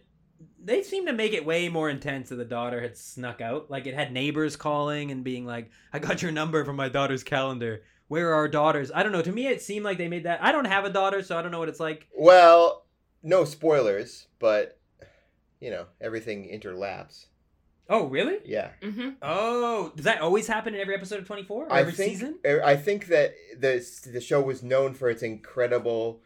[SPEAKER 2] they seem to make it way more intense that the daughter had snuck out? Like it had neighbors calling and being like, "I got your number from my daughter's calendar. Where are our daughters?" I don't know. To me, it seemed like they made that. I don't have a daughter, so I don't know what it's like.
[SPEAKER 1] Well, no spoilers, but you know everything interlaps.
[SPEAKER 2] Oh, really?
[SPEAKER 1] Yeah.
[SPEAKER 4] hmm
[SPEAKER 2] Oh, does that always happen in every episode of Twenty Four?
[SPEAKER 1] I
[SPEAKER 2] Every
[SPEAKER 1] think e,
[SPEAKER 2] season?
[SPEAKER 1] I think that the the show was known for its incredible,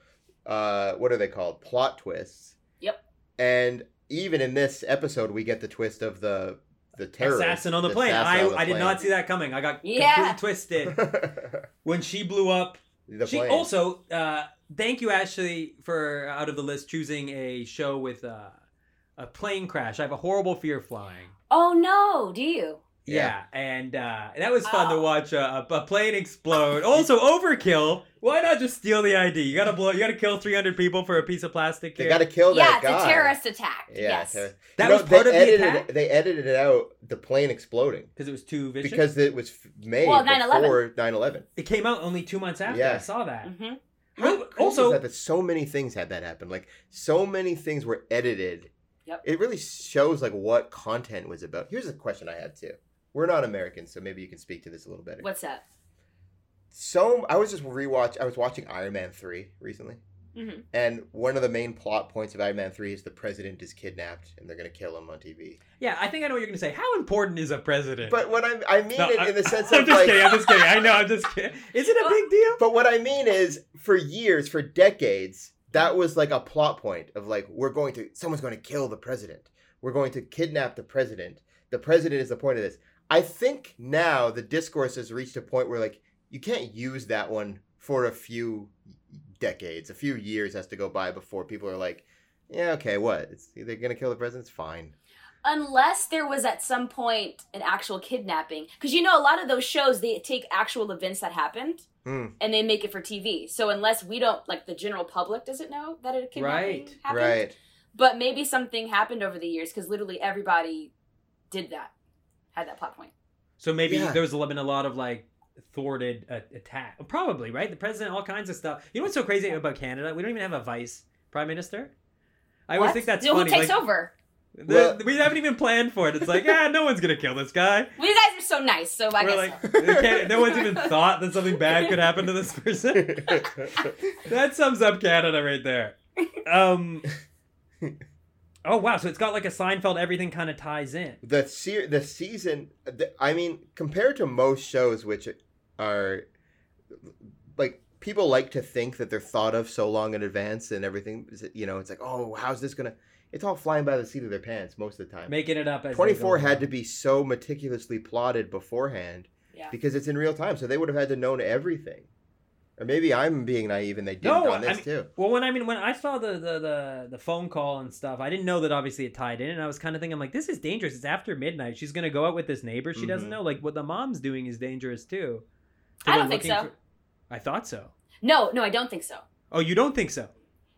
[SPEAKER 1] uh, what are they called? Plot twists.
[SPEAKER 4] Yep.
[SPEAKER 1] And even in this episode, we get the twist of the the terrorist
[SPEAKER 2] assassin on the plane. I,
[SPEAKER 1] assassin on the
[SPEAKER 2] I did not see
[SPEAKER 1] plane.
[SPEAKER 2] that coming. I got
[SPEAKER 4] Yeah.
[SPEAKER 2] completely twisted when she blew up.
[SPEAKER 1] the
[SPEAKER 2] she
[SPEAKER 1] plane.
[SPEAKER 2] also uh, thank you Ashley for out of the list choosing a show with uh, a plane crash. I have a horrible fear of flying.
[SPEAKER 4] Oh no, do you?
[SPEAKER 2] Yeah,
[SPEAKER 1] Yeah.
[SPEAKER 2] and uh, that was fun to
[SPEAKER 4] Oh.
[SPEAKER 2] watch a, a plane explode. Also, overkill. Why not just steal the ID? You gotta blow. You gotta kill three hundred people for a piece of plastic.
[SPEAKER 1] they
[SPEAKER 2] here.
[SPEAKER 1] got to kill
[SPEAKER 4] Yeah,
[SPEAKER 1] that
[SPEAKER 4] it's
[SPEAKER 1] guy.
[SPEAKER 4] a terrorist attack.
[SPEAKER 1] Oh, Yeah,
[SPEAKER 4] yes.
[SPEAKER 1] terror-
[SPEAKER 2] That
[SPEAKER 1] You know,
[SPEAKER 2] was part
[SPEAKER 1] they
[SPEAKER 2] of the
[SPEAKER 1] edited,
[SPEAKER 2] attack?
[SPEAKER 1] They edited it out the plane exploding
[SPEAKER 2] because it was too vicious.
[SPEAKER 1] because it was f- made
[SPEAKER 4] Well, 9/11.
[SPEAKER 1] before 9/11.
[SPEAKER 2] it came out only two months after. I
[SPEAKER 1] Yeah.
[SPEAKER 2] saw that.
[SPEAKER 4] hmm
[SPEAKER 1] How
[SPEAKER 2] Well,
[SPEAKER 1] crazy
[SPEAKER 2] also,
[SPEAKER 1] is that, that so many things had that happen. Like so many things were edited.
[SPEAKER 4] Yep.
[SPEAKER 1] It really shows like what content was about. Here's a question I had too. We're not Americans, so maybe you can speak to this a little better.
[SPEAKER 4] What's up?
[SPEAKER 1] So I was just rewatch. I was watching Iron Man three recently,
[SPEAKER 4] Mhm.
[SPEAKER 1] and one of the main plot points of Iron Man three is the president is kidnapped and they're gonna kill him on TV.
[SPEAKER 2] Yeah, I think I know what you're gonna say. How important is a president?
[SPEAKER 1] But what I I mean
[SPEAKER 2] No,
[SPEAKER 1] it
[SPEAKER 2] I-
[SPEAKER 1] in the sense
[SPEAKER 2] I'm
[SPEAKER 1] of
[SPEAKER 2] just
[SPEAKER 1] like.
[SPEAKER 2] kidding. I'm just kidding. I know. I'm just kidding. Is it a big deal?
[SPEAKER 1] But what I mean is, for years, for decades, that was like a plot point of like, we're going to, someone's going to kill the president. We're going to kidnap the president. The president is the point of this. I think now the discourse has reached a point where like, you can't use that one for a few decades. A few years has to go by before people are like, yeah, okay, what? It's, they're going to kill the president? It's fine.
[SPEAKER 4] Unless there was at some point an actual kidnapping, because you know a lot of those shows they take actual events that happened
[SPEAKER 1] Hmm.
[SPEAKER 4] and they make it for TV. So unless we don't, like the general public doesn't know that a kidnapping
[SPEAKER 2] Right,
[SPEAKER 4] happened,
[SPEAKER 1] Right.
[SPEAKER 4] but maybe something happened over the years because literally everybody did that, had that plot point.
[SPEAKER 2] So maybe
[SPEAKER 1] Yeah.
[SPEAKER 2] there's been a lot of like thwarted uh, attack. Probably right. The president, all kinds of stuff. You know what's so crazy about Canada? We don't even have a vice prime minister. I always
[SPEAKER 4] What?
[SPEAKER 2] think that's
[SPEAKER 4] Who
[SPEAKER 2] funny.
[SPEAKER 4] takes
[SPEAKER 2] like,
[SPEAKER 4] over?
[SPEAKER 2] the-
[SPEAKER 1] Well-
[SPEAKER 2] we haven't even planned for it. It's like, ah, no one's gonna kill this guy.
[SPEAKER 4] Well, you guys are so nice, so I
[SPEAKER 2] We're
[SPEAKER 4] guess.
[SPEAKER 2] like, okay, no one's even thought that something bad could happen to this person. that sums up Canada right there. Um. Oh wow! So it's got like a Seinfeld. Everything kind of ties in.
[SPEAKER 1] the se- the season the, i mean compared to most shows which are like people like to think that they're thought of so long in advance and everything you know it's like oh how's this gonna it's all flying by the seat of their pants most of the time
[SPEAKER 2] Making it up as they
[SPEAKER 1] 24
[SPEAKER 2] go
[SPEAKER 1] had
[SPEAKER 2] along.
[SPEAKER 1] to be so meticulously plotted beforehand
[SPEAKER 4] Yeah.
[SPEAKER 1] because it's in real time so they would have had to known everything or maybe i'm being naive and they didn't
[SPEAKER 2] No,
[SPEAKER 1] on
[SPEAKER 2] I
[SPEAKER 1] this
[SPEAKER 2] mean-
[SPEAKER 1] too
[SPEAKER 2] Well, when I mean when I saw the, the the the phone call and stuff, I didn't know that obviously it tied in, and I was kind of thinking I'm like, this is dangerous. It's after midnight. She's gonna go out with this neighbor. She doesn't
[SPEAKER 1] Mhm.
[SPEAKER 2] know like what the mom's doing is dangerous too.
[SPEAKER 4] I
[SPEAKER 2] they're
[SPEAKER 4] don't think
[SPEAKER 2] looking
[SPEAKER 4] so.
[SPEAKER 2] I thought so.
[SPEAKER 4] No, no, I don't think so.
[SPEAKER 2] Oh, you don't think so?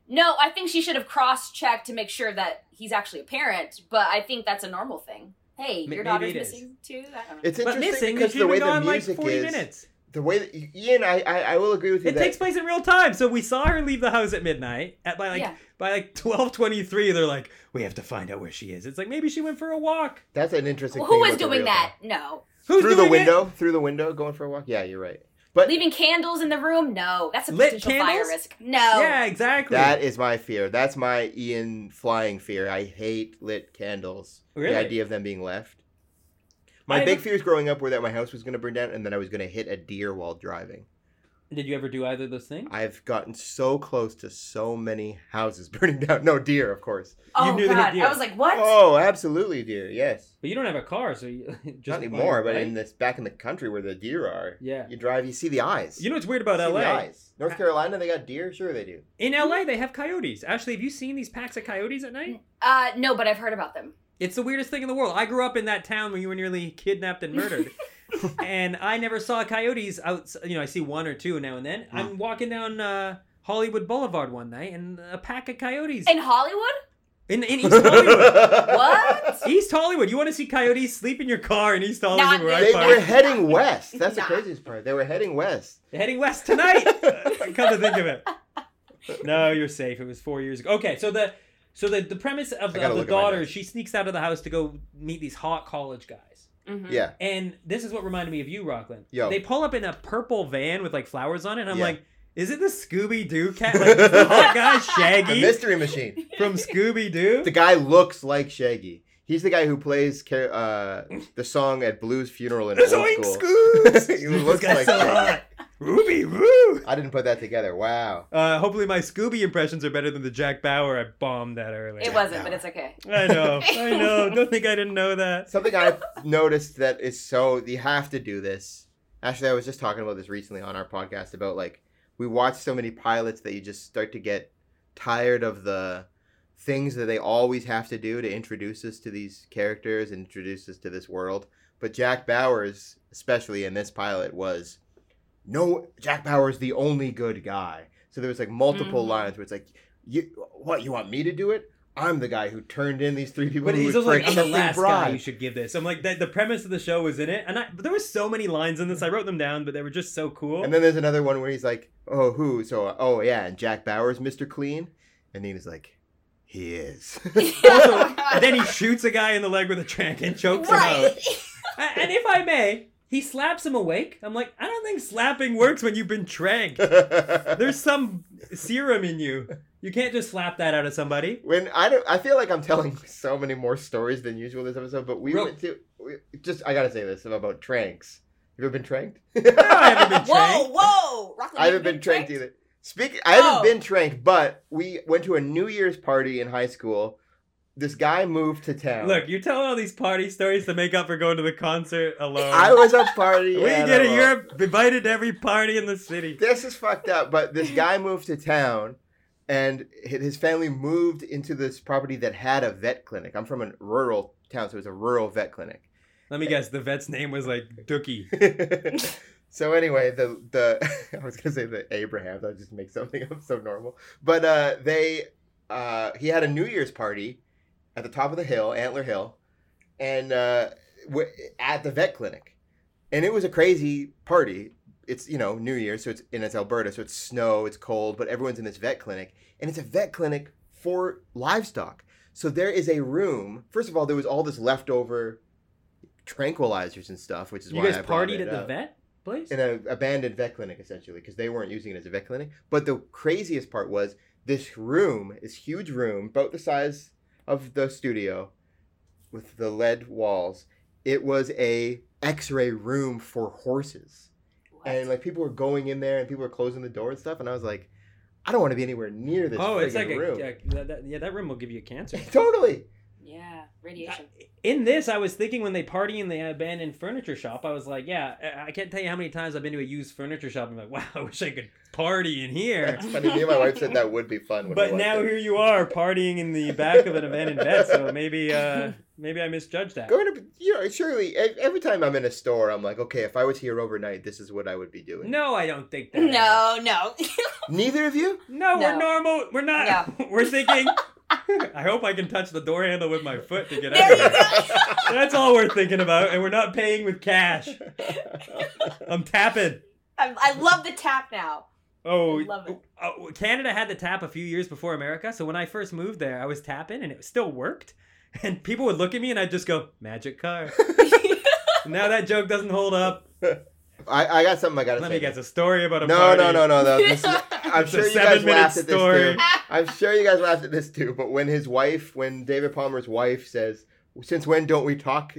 [SPEAKER 4] No, I think she should have cross-checked to make sure that he's actually a parent. But I think that's a normal thing. Hey,
[SPEAKER 2] M- maybe
[SPEAKER 4] your daughter's
[SPEAKER 2] it is.
[SPEAKER 4] missing too. I don't know.
[SPEAKER 1] it's
[SPEAKER 2] But
[SPEAKER 1] interesting
[SPEAKER 2] missing
[SPEAKER 1] because
[SPEAKER 2] is
[SPEAKER 1] the way
[SPEAKER 2] usually
[SPEAKER 1] the
[SPEAKER 2] gone like
[SPEAKER 1] music
[SPEAKER 2] 40
[SPEAKER 1] is
[SPEAKER 2] minutes.
[SPEAKER 1] the way that ian I, I i will agree with you
[SPEAKER 2] It
[SPEAKER 1] that
[SPEAKER 2] takes place in real time, so we saw her leave the house at midnight. At by like
[SPEAKER 4] Yeah.
[SPEAKER 2] by like twelve twenty three, they're like, we have to find out where she is. It's like maybe she went for a walk.
[SPEAKER 1] that's an interesting
[SPEAKER 4] Well,
[SPEAKER 1] thing
[SPEAKER 4] who is
[SPEAKER 1] about the
[SPEAKER 4] doing
[SPEAKER 1] real
[SPEAKER 4] that? No,
[SPEAKER 2] Who's
[SPEAKER 1] through
[SPEAKER 2] doing
[SPEAKER 1] the
[SPEAKER 2] it?
[SPEAKER 1] window, through the window, going for a walk. Yeah, you're right. But
[SPEAKER 4] leaving candles in the room. No, that's a
[SPEAKER 2] Lit
[SPEAKER 4] potential
[SPEAKER 2] candles?
[SPEAKER 4] fire risk. No.
[SPEAKER 2] Yeah, exactly.
[SPEAKER 1] that is my fear. That's my Ian flying fear. I hate lit candles.
[SPEAKER 2] Really?
[SPEAKER 1] The idea of them being left. My
[SPEAKER 2] I
[SPEAKER 1] big
[SPEAKER 2] don't-
[SPEAKER 1] fears growing up were that my house was going to burn down and that I was going to hit a deer while driving.
[SPEAKER 2] Did you ever do either of those things?
[SPEAKER 1] I've gotten so close to so many houses burning down. No deer, of course.
[SPEAKER 4] Oh
[SPEAKER 2] You knew they had
[SPEAKER 4] God,
[SPEAKER 2] deer.
[SPEAKER 4] I was like, what?
[SPEAKER 1] Oh, absolutely deer. Yes.
[SPEAKER 2] But you don't have a car, so you just
[SPEAKER 1] Not anymore, but
[SPEAKER 2] right?
[SPEAKER 1] in this back in the country where the deer are,
[SPEAKER 2] Yeah.
[SPEAKER 1] you drive, you see the eyes.
[SPEAKER 2] You know what's weird about
[SPEAKER 1] see the
[SPEAKER 2] LA?
[SPEAKER 1] eyes. North Carolina, they got deer. Sure, they do.
[SPEAKER 2] In LA, they have coyotes. Ashley, have you seen these packs of coyotes at night?
[SPEAKER 4] Uh, no, but I've heard about them.
[SPEAKER 2] It's the weirdest thing in the world. I grew up in that town where you were nearly kidnapped and murdered. and I never saw coyotes out. You know, I see one or two now and then.
[SPEAKER 1] Hmm.
[SPEAKER 2] I'm walking down uh, Hollywood Boulevard one night and a pack of coyotes.
[SPEAKER 4] In Hollywood?
[SPEAKER 2] in, in East Hollywood.
[SPEAKER 4] What?
[SPEAKER 2] East Hollywood. You want to see coyotes sleep in your car in East Hollywood
[SPEAKER 4] Not
[SPEAKER 2] where I
[SPEAKER 1] They
[SPEAKER 4] Fine.
[SPEAKER 1] were heading west. That's the
[SPEAKER 4] Nah.
[SPEAKER 1] craziest part. They were heading west.
[SPEAKER 2] Heading west tonight. Come to think of it. No, you're safe. It was four years ago. Okay, so the so the, the premise of
[SPEAKER 1] I
[SPEAKER 2] the,
[SPEAKER 1] gotta
[SPEAKER 2] of the
[SPEAKER 1] look at my
[SPEAKER 2] daughter,
[SPEAKER 1] notes.
[SPEAKER 2] she sneaks out of the house to go meet these hot college guys.
[SPEAKER 4] Mhm.
[SPEAKER 1] Yeah.
[SPEAKER 2] And this is what reminded me of you, Rockland.
[SPEAKER 1] Yo.
[SPEAKER 2] They pull up in a purple van with like flowers on it, and I'm
[SPEAKER 1] Yeah.
[SPEAKER 2] like, is it the Scooby Doo cat? Like is the hot guy
[SPEAKER 1] The
[SPEAKER 2] Shaggy
[SPEAKER 1] Mystery Machine.
[SPEAKER 2] from Scooby Doo?
[SPEAKER 1] The guy looks like Shaggy. He's the guy who plays Car- uh, the song at Blue's funeral in
[SPEAKER 2] There's
[SPEAKER 1] old
[SPEAKER 2] oink
[SPEAKER 1] school.
[SPEAKER 2] Scoops.
[SPEAKER 1] He looks
[SPEAKER 2] This guy's
[SPEAKER 1] like
[SPEAKER 2] so
[SPEAKER 1] Shaggy.
[SPEAKER 2] hot. Ruby Woo.
[SPEAKER 1] I didn't put that together. Wow.
[SPEAKER 2] Uh, hopefully my Scooby impressions are better than the Jack Bauer I bombed that earlier.
[SPEAKER 4] It wasn't, but it's okay.
[SPEAKER 2] I know. I know. Don't think I didn't know that.
[SPEAKER 1] Something I've noticed that is so you have to do this. Actually, I was just talking about this recently on our podcast about like we watch so many pilots that you just start to get tired of the things that they always have to do to introduce us to these characters and introduce us to this world. But Jack Bowers, especially in this pilot, was no Jack Bauer's the only good guy. So there was like multiple
[SPEAKER 4] Mhm.
[SPEAKER 1] lines where it's like, you what you want me to do it? I'm the guy who turned in these three people.
[SPEAKER 2] But
[SPEAKER 1] who
[SPEAKER 2] he's
[SPEAKER 1] would
[SPEAKER 2] also like,
[SPEAKER 1] for
[SPEAKER 2] I'm the
[SPEAKER 1] accepting
[SPEAKER 2] last guy
[SPEAKER 1] bribe."
[SPEAKER 2] you should give this. I'm like, that, the premise of the show was in it, and I, but there were so many lines in this. I wrote them down, but they were just so cool.
[SPEAKER 1] And then there's another one where he's like, "Oh, who?" So, uh, oh yeah, and Jack Bauer's Mr. Clean, and Nina's like, "He is."
[SPEAKER 2] also, then he shoots a guy in the leg with a track and chokes him out.
[SPEAKER 4] right.
[SPEAKER 2] A- And if I may, he slaps him awake. I'm like, I don't think slapping works when you've been tranked. There's some serum in you. You can't just slap that out of somebody.
[SPEAKER 1] when I don't, I feel like I'm telling so many more stories than usual this episode. But we
[SPEAKER 2] Real-
[SPEAKER 1] went to we, just I gotta say this about tranks. You ever been tranked?
[SPEAKER 2] No, I haven't been
[SPEAKER 4] Whoa,
[SPEAKER 2] tranked.
[SPEAKER 4] whoa. Rockland,
[SPEAKER 1] I haven't been tranked either. Speaking, I haven't
[SPEAKER 4] Oh.
[SPEAKER 1] been tranked, but we went to a New Year's party in high school. This guy moved to town.
[SPEAKER 2] Look, you're telling all these party stories to make up for going to the concert alone.
[SPEAKER 1] I was a party.
[SPEAKER 2] we get a
[SPEAKER 1] animal.
[SPEAKER 2] Europe invited to every party in the city.
[SPEAKER 1] this is fucked up. But this guy moved to town, and his family moved into this property that had a vet clinic. I'm from a rural town, so it was a rural vet clinic.
[SPEAKER 2] Let me guess, the vet's name was like Dookie.
[SPEAKER 1] so anyway, the the I was gonna say the Abrahams. I just make something up so normal. But uh, they uh, he had a New Year's party at the top of the hill, Antler Hill, and uh, w- at the vet clinic, and it was a crazy party. It's you know New Year's, so it's and it's Alberta, so it's snow, it's cold, but everyone's in this vet clinic, and it's a vet clinic for livestock. So there is a room. First of all, there was all this leftover tranquilizers and stuff, which is
[SPEAKER 2] you
[SPEAKER 1] why
[SPEAKER 2] guys
[SPEAKER 1] I brought
[SPEAKER 2] partied
[SPEAKER 1] it
[SPEAKER 2] at the
[SPEAKER 1] up.
[SPEAKER 2] vet place?
[SPEAKER 1] in an abandoned vet clinic essentially because they weren't using it as a vet clinic. But the craziest part was this room, this huge room, about the size of the studio, with the lead walls. It was a X-ray room for horses, and like people were going in there and people were closing the door and stuff. And I was like, I don't want to be anywhere near this.
[SPEAKER 2] oh, it's like a,
[SPEAKER 1] room.
[SPEAKER 2] yeah, that, that- yeah, that room will give you cancer.
[SPEAKER 1] totally.
[SPEAKER 4] Yeah, radiation.
[SPEAKER 2] in this, I was thinking when they party in the abandoned furniture shop, I was like, yeah, I- I can't tell you how many times I've been to a used furniture shop. and I'm like, wow, I wish I could party in here.
[SPEAKER 1] That's funny. Me and my wife said that would be fun. When we
[SPEAKER 2] But
[SPEAKER 1] watched
[SPEAKER 2] now
[SPEAKER 1] it.
[SPEAKER 2] here you are partying in the back of an abandoned vet, so maybe uh, maybe I misjudged that.
[SPEAKER 1] Going to, you know, surely e- every time I'm in a store, I'm like, okay, if I was here overnight, this is what I would be doing.
[SPEAKER 2] No, I don't think that.
[SPEAKER 4] No, no.
[SPEAKER 1] Neither of you?
[SPEAKER 2] No, we're
[SPEAKER 4] No.
[SPEAKER 2] normal. We're not. We're thinking. I hope I can touch the door handle with my foot to get out
[SPEAKER 4] There
[SPEAKER 2] of
[SPEAKER 4] you
[SPEAKER 2] here.
[SPEAKER 4] go.
[SPEAKER 2] That's all we're thinking about, and we're not paying with cash. I'm tapping.
[SPEAKER 4] I, I love the tap now.
[SPEAKER 2] Oh,
[SPEAKER 4] I love it.
[SPEAKER 2] oh, Canada had the tap a few years before America, so when I first moved there, I was tapping, and it still worked. And people would look at me, and I'd just go, "Magic car." now that joke doesn't hold up.
[SPEAKER 1] I, I got something I gotta
[SPEAKER 2] Let
[SPEAKER 1] say.
[SPEAKER 2] me guess a story about a
[SPEAKER 1] no,
[SPEAKER 2] party.
[SPEAKER 1] no, no, no, no. This is, I'm
[SPEAKER 2] It's a
[SPEAKER 1] sure you guys
[SPEAKER 2] seven-minute
[SPEAKER 1] laughed at
[SPEAKER 2] story.
[SPEAKER 1] this too. I'm sure you guys laughed at this too. But when his wife, when David Palmer's wife says, "Since when don't we talk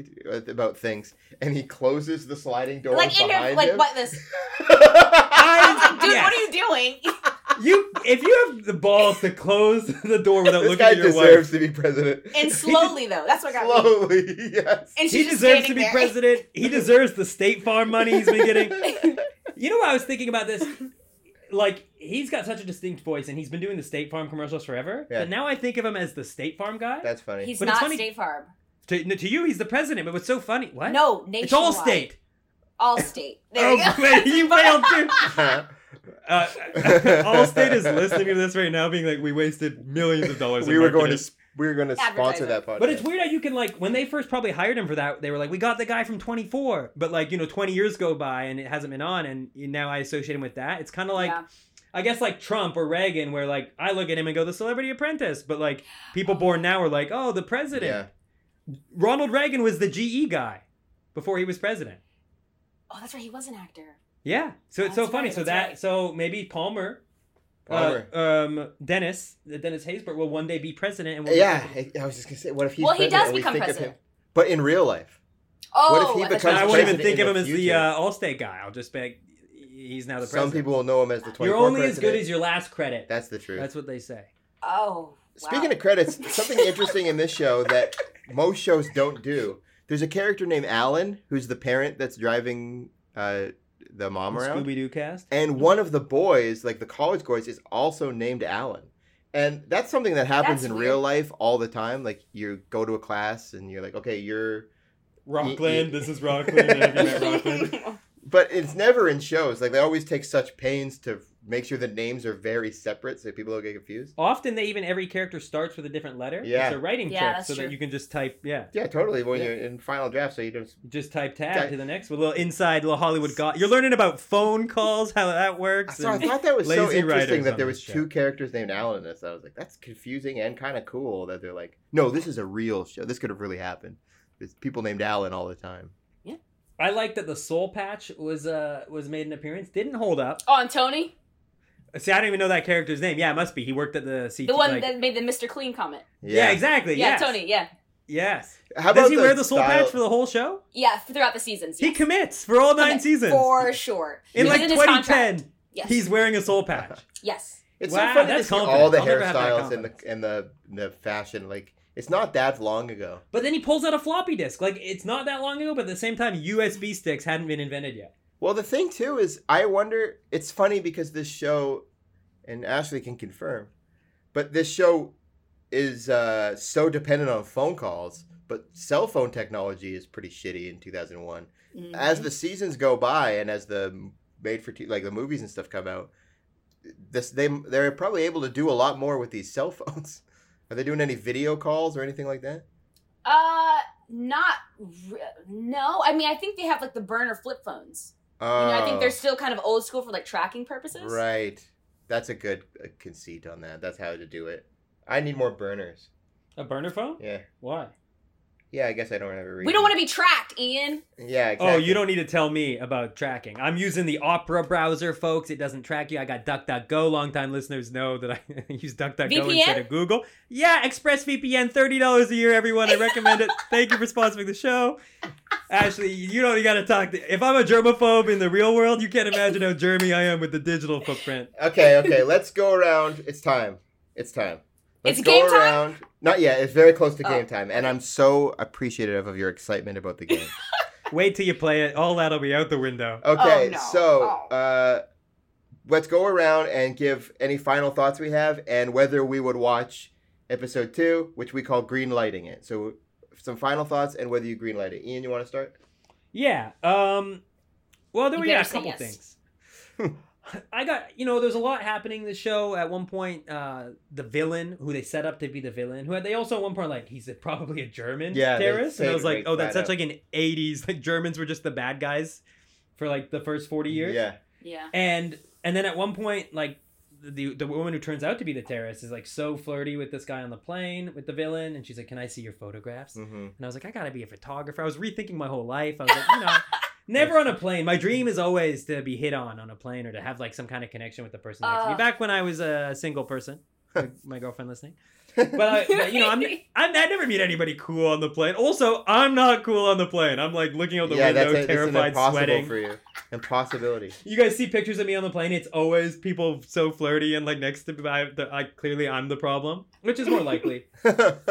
[SPEAKER 1] about things?" and he closes the sliding door
[SPEAKER 4] like in
[SPEAKER 1] behind
[SPEAKER 4] here, like
[SPEAKER 1] him.
[SPEAKER 4] what this? I was
[SPEAKER 2] I,
[SPEAKER 4] like, dude,
[SPEAKER 2] yes.
[SPEAKER 4] what are you doing?
[SPEAKER 2] you if you have the balls to close the door without
[SPEAKER 1] This
[SPEAKER 2] looking
[SPEAKER 1] guy
[SPEAKER 2] at your
[SPEAKER 1] deserves
[SPEAKER 2] wife,
[SPEAKER 1] to be president.
[SPEAKER 4] And slowly though, that's what got me.
[SPEAKER 1] Slowly, yes.
[SPEAKER 4] And she's
[SPEAKER 2] he
[SPEAKER 4] just
[SPEAKER 2] deserves to
[SPEAKER 4] standing
[SPEAKER 2] be
[SPEAKER 4] there.
[SPEAKER 2] president. He deserves the State Farm money he's been getting. You know what I was thinking about this? Like he's got such a distinct voice, and he's been doing the State Farm commercials forever.
[SPEAKER 1] Yeah.
[SPEAKER 2] But now I think of him as the State Farm guy.
[SPEAKER 1] That's funny.
[SPEAKER 4] He's
[SPEAKER 2] But it's
[SPEAKER 4] not
[SPEAKER 2] funny-
[SPEAKER 4] State Farm.
[SPEAKER 2] to, no, to you, he's the president. But what's so funny? What?
[SPEAKER 4] No, nationwide.
[SPEAKER 2] it's all state.
[SPEAKER 4] All state. There
[SPEAKER 2] Oh,
[SPEAKER 4] you go.
[SPEAKER 2] wait, you failed too.
[SPEAKER 1] we
[SPEAKER 2] Uh, Allstate is listening to this right now, being like, "We wasted millions of dollars." in
[SPEAKER 1] were going
[SPEAKER 2] marketing."
[SPEAKER 1] to s- we were going to sponsor
[SPEAKER 4] Advertising.
[SPEAKER 1] that podcast.
[SPEAKER 2] But it's uh, weird how you can like when they first probably hired him for that, they were like, "We got the guy from 24," but like you know, 20 years go by and it hasn't been on, and now I associate him with that. It's kind of like
[SPEAKER 4] Yeah.
[SPEAKER 2] I guess like Trump or Reagan, where like I look at him and go, "The Celebrity Apprentice," but like people born now are like, "Oh, the president."
[SPEAKER 1] Yeah.
[SPEAKER 2] Ronald Reagan was the GE guy before he was president.
[SPEAKER 4] Oh, that's right. He was an actor.
[SPEAKER 2] Yeah, so it's so
[SPEAKER 4] That's
[SPEAKER 2] funny.
[SPEAKER 4] right,
[SPEAKER 2] so
[SPEAKER 4] that's
[SPEAKER 2] that
[SPEAKER 4] right.
[SPEAKER 2] so maybe Palmer.
[SPEAKER 1] Palmer.
[SPEAKER 2] Uh, um, Dennis, Dennis Haysbert will one day be president, and we'll be
[SPEAKER 1] yeah,
[SPEAKER 2] like,
[SPEAKER 1] I, I was just gonna say, what if he's
[SPEAKER 4] well, he
[SPEAKER 1] president
[SPEAKER 4] does
[SPEAKER 1] and we
[SPEAKER 4] become
[SPEAKER 1] think of
[SPEAKER 4] president.
[SPEAKER 1] him- but in real life,
[SPEAKER 4] Oh,
[SPEAKER 1] What if he
[SPEAKER 4] I thought you
[SPEAKER 1] becomes
[SPEAKER 4] were
[SPEAKER 2] I
[SPEAKER 1] Vice
[SPEAKER 2] won't even
[SPEAKER 1] president
[SPEAKER 2] think
[SPEAKER 1] in
[SPEAKER 2] of him
[SPEAKER 1] the
[SPEAKER 2] as the
[SPEAKER 1] future.
[SPEAKER 2] uh, Allstate guy. I'll just be like, he's now the
[SPEAKER 1] some
[SPEAKER 2] president.
[SPEAKER 1] people will know him as the 24th
[SPEAKER 2] You're only as
[SPEAKER 1] president.
[SPEAKER 2] good as your last credit.
[SPEAKER 1] That's the truth.
[SPEAKER 2] That's what they say.
[SPEAKER 4] Oh.
[SPEAKER 1] Speaking of credits, something interesting in this show that most shows don't do. There's a character named Alan who's the parent that's driving uh, the mom around,
[SPEAKER 2] Scooby Doo cast.
[SPEAKER 1] and one of the boys, like the college boys, is also named Alan. And that's something that happens
[SPEAKER 4] That's
[SPEAKER 1] in
[SPEAKER 4] weird.
[SPEAKER 1] real life all the time. Like you go to a class and you're like, okay, you're
[SPEAKER 2] Rockland.
[SPEAKER 1] Rockland,
[SPEAKER 2] This is Rockland.
[SPEAKER 1] and I
[SPEAKER 4] Wow.
[SPEAKER 1] forget but it's never in shows. Like they always take such pains to make sure the names are very separate so people don't get confused.
[SPEAKER 2] Often they even every character starts with a different letter.
[SPEAKER 1] Yeah.
[SPEAKER 2] It's a writing
[SPEAKER 4] Yeah,
[SPEAKER 2] trick
[SPEAKER 4] that's
[SPEAKER 2] so that
[SPEAKER 4] true.
[SPEAKER 2] you can just type. Yeah.
[SPEAKER 1] Yeah, totally. When
[SPEAKER 2] Yeah.
[SPEAKER 1] you're in final draft, so you don't.
[SPEAKER 2] Just type tab
[SPEAKER 1] Okay.
[SPEAKER 2] to the next. With a little inside, little Hollywood. Go- You're learning about phone calls, how that works.
[SPEAKER 1] So I
[SPEAKER 2] and-
[SPEAKER 1] thought that was so
[SPEAKER 2] Lazy writers
[SPEAKER 1] interesting
[SPEAKER 2] on
[SPEAKER 1] that there
[SPEAKER 2] this
[SPEAKER 1] was
[SPEAKER 2] show.
[SPEAKER 1] two characters named Alan in this. I was like, that's confusing and kind of cool that they're like, no, this is a real show. This could have really happened. There's people named Alan all the time.
[SPEAKER 2] I like that the soul patch was uh was made an appearance. Didn't hold up.
[SPEAKER 4] Oh, and Tony,
[SPEAKER 2] See, I don't even know that character's name. Yeah, it must be. He worked at the CT.
[SPEAKER 4] the one
[SPEAKER 2] like-
[SPEAKER 4] that made the Mr. Clean comment.
[SPEAKER 2] yeah. exactly.
[SPEAKER 4] Yeah,
[SPEAKER 2] yes.
[SPEAKER 4] Tony. Yeah,
[SPEAKER 2] Yes.
[SPEAKER 1] How
[SPEAKER 2] Does he wear the soul
[SPEAKER 1] style-
[SPEAKER 2] patch for the whole show?
[SPEAKER 4] yeah. Throughout the seasons,
[SPEAKER 2] He
[SPEAKER 4] yes.
[SPEAKER 2] commits for all nine
[SPEAKER 4] Commit,
[SPEAKER 2] seasons.
[SPEAKER 4] for sure.
[SPEAKER 2] in
[SPEAKER 4] It was
[SPEAKER 2] like
[SPEAKER 4] his contract.
[SPEAKER 2] 2010,
[SPEAKER 4] Yes.
[SPEAKER 2] he's wearing a soul patch.
[SPEAKER 4] yes.
[SPEAKER 1] It's
[SPEAKER 2] Wow,
[SPEAKER 1] so funny to
[SPEAKER 2] that's
[SPEAKER 1] see
[SPEAKER 2] confident.
[SPEAKER 1] all the
[SPEAKER 2] I'll never have that
[SPEAKER 1] hairstyles and the
[SPEAKER 2] confidence.
[SPEAKER 1] and the the fashion. Like it's not that long ago.
[SPEAKER 2] But then he pulls out a floppy disk. Like it's not that long ago, but at the same time, USB sticks hadn't been invented yet.
[SPEAKER 1] Well, the thing too is, I wonder. It's funny because this show, and Ashley can confirm, but this show is uh, so dependent on phone calls. But cell phone technology is pretty shitty in 2001.
[SPEAKER 4] Mm-hmm.
[SPEAKER 1] As the seasons go by, and as the made for t- like the movies and stuff come out, this they they're probably able to do a lot more with these cell phones. Are they doing any video calls or anything like that?
[SPEAKER 4] Uh, not re- no. I mean, I think they have like the burner flip phones. You know, I think
[SPEAKER 1] Oh.
[SPEAKER 4] they're still kind of old school for like tracking purposes.
[SPEAKER 1] Right. That's a good uh, conceit on that. That's how to do it. I need more burners.
[SPEAKER 2] A burner phone?
[SPEAKER 1] Yeah.
[SPEAKER 2] Why?
[SPEAKER 1] Yeah, I guess I don't have a reason.
[SPEAKER 4] We don't want to be tracked, Ian.
[SPEAKER 1] to. Yeah, exactly.
[SPEAKER 2] Oh, you don't need to tell me about tracking. I'm using the Opera browser, folks. It doesn't track you. I got DuckDuckGo. Longtime listeners know that I use DuckDuckGo
[SPEAKER 4] VPN?
[SPEAKER 2] instead of Google. Yeah, ExpressVPN, $30 a year, everyone. I recommend it. Thank you for sponsoring the show. Ashley, you don't got to talk. To, if I'm a germaphobe in the real world, you can't imagine how germy I am with the digital footprint.
[SPEAKER 1] Okay, okay. let's go around. It's time. It's time. Let's
[SPEAKER 4] It's game time?
[SPEAKER 1] time. Not yet. It's very close to
[SPEAKER 4] Oh.
[SPEAKER 1] game time, and I'm so appreciative of your excitement about the game.
[SPEAKER 2] Wait till you play it. All that'll be out the window.
[SPEAKER 1] Okay,
[SPEAKER 4] Oh, no.
[SPEAKER 1] so
[SPEAKER 4] Oh.
[SPEAKER 1] uh, let's go around and give any final thoughts we have, and whether we would watch episode two, which we call green lighting it. So some final thoughts and whether you green light it. Ian, you want to start?
[SPEAKER 2] Yeah. Um. Well, there
[SPEAKER 4] You
[SPEAKER 2] were yeah, a
[SPEAKER 4] better say
[SPEAKER 2] couple
[SPEAKER 4] yes.
[SPEAKER 2] things. I got you know, there's a lot happening in the show. At one point, uh, the villain who they set up to be the villain, who they also at one point like he's a, probably a German
[SPEAKER 1] Yeah, they
[SPEAKER 2] terrorist, and
[SPEAKER 1] say
[SPEAKER 2] I was
[SPEAKER 1] it
[SPEAKER 2] like,
[SPEAKER 1] right
[SPEAKER 2] oh, that's
[SPEAKER 1] flat
[SPEAKER 2] such like an '80s like Germans were just the bad guys for like the first 40 years.
[SPEAKER 1] Yeah.
[SPEAKER 4] Yeah.
[SPEAKER 2] And and then at one point, like the the woman who turns out to be the terrorist is like so flirty with this guy on the plane with the villain, and she's like, "Can I see your photographs?"
[SPEAKER 1] Mm-hmm.
[SPEAKER 2] And I was like, I gotta be a photographer. I was rethinking my whole life. I was like, you know, never on a plane. My dream is always to be hit on on a plane or to have like some kind of connection with the person next to me.
[SPEAKER 4] Uh.
[SPEAKER 2] Back when I was a single person, my- my girlfriend listening. But, I, but, you know, I'm, I'm I never meet anybody cool on the plane. Also, I'm not cool on the plane. I'm like looking out the
[SPEAKER 1] yeah, that's, a,
[SPEAKER 2] window,
[SPEAKER 1] that's an
[SPEAKER 2] terrified,
[SPEAKER 1] impossible
[SPEAKER 2] sweating.
[SPEAKER 1] for you. Impossibility.
[SPEAKER 2] You guys see pictures of me on the plane. It's always people so flirty and like next to me. I, the, I clearly I'm the problem, which is more likely.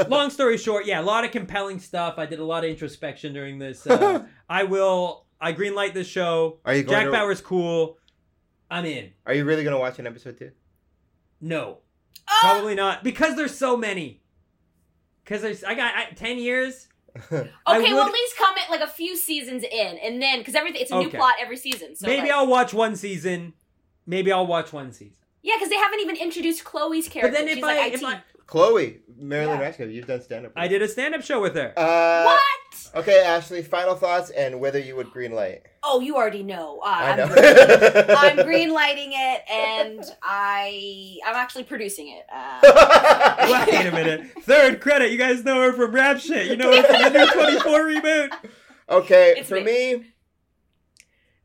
[SPEAKER 2] Long story short, yeah, a lot of compelling stuff. I did a lot of introspection during this. Uh, I will. I greenlight this show.
[SPEAKER 1] Are you going
[SPEAKER 2] Jack
[SPEAKER 1] to,
[SPEAKER 2] Bauer's cool. I'm in.
[SPEAKER 1] Are you really gonna watch an episode two?
[SPEAKER 2] No,
[SPEAKER 4] Oh,
[SPEAKER 2] probably not because there's so many. Because there's, I got I, ten years. I
[SPEAKER 4] okay,
[SPEAKER 2] would-
[SPEAKER 4] well, at least comment like a few seasons in, and then because everything it's a new
[SPEAKER 2] Okay.
[SPEAKER 4] plot every season. So
[SPEAKER 2] Maybe
[SPEAKER 4] like-
[SPEAKER 2] I'll watch one season. Maybe I'll watch one season.
[SPEAKER 4] yeah, because they haven't even introduced Chloe's character.
[SPEAKER 2] But then if
[SPEAKER 4] She's
[SPEAKER 2] I,
[SPEAKER 4] like,
[SPEAKER 2] if
[SPEAKER 4] IT.
[SPEAKER 2] I
[SPEAKER 1] Chloe, Marilyn
[SPEAKER 4] Yeah.
[SPEAKER 1] Rasco, you've done stand up.
[SPEAKER 2] I did a stand-up show with her.
[SPEAKER 1] Uh,
[SPEAKER 4] what?
[SPEAKER 1] Okay, Ashley, final thoughts and whether you would green light.
[SPEAKER 4] Oh, you already know. Uh,
[SPEAKER 1] I
[SPEAKER 4] I'm
[SPEAKER 1] know.
[SPEAKER 4] green- I'm green lighting it, and I I'm actually producing it. Uh,
[SPEAKER 2] Well, Wait a minute. Third credit. You guys know her from Rap Shit. You know her from the new 24 reboot.
[SPEAKER 1] okay,
[SPEAKER 4] It's
[SPEAKER 1] for me.
[SPEAKER 4] me.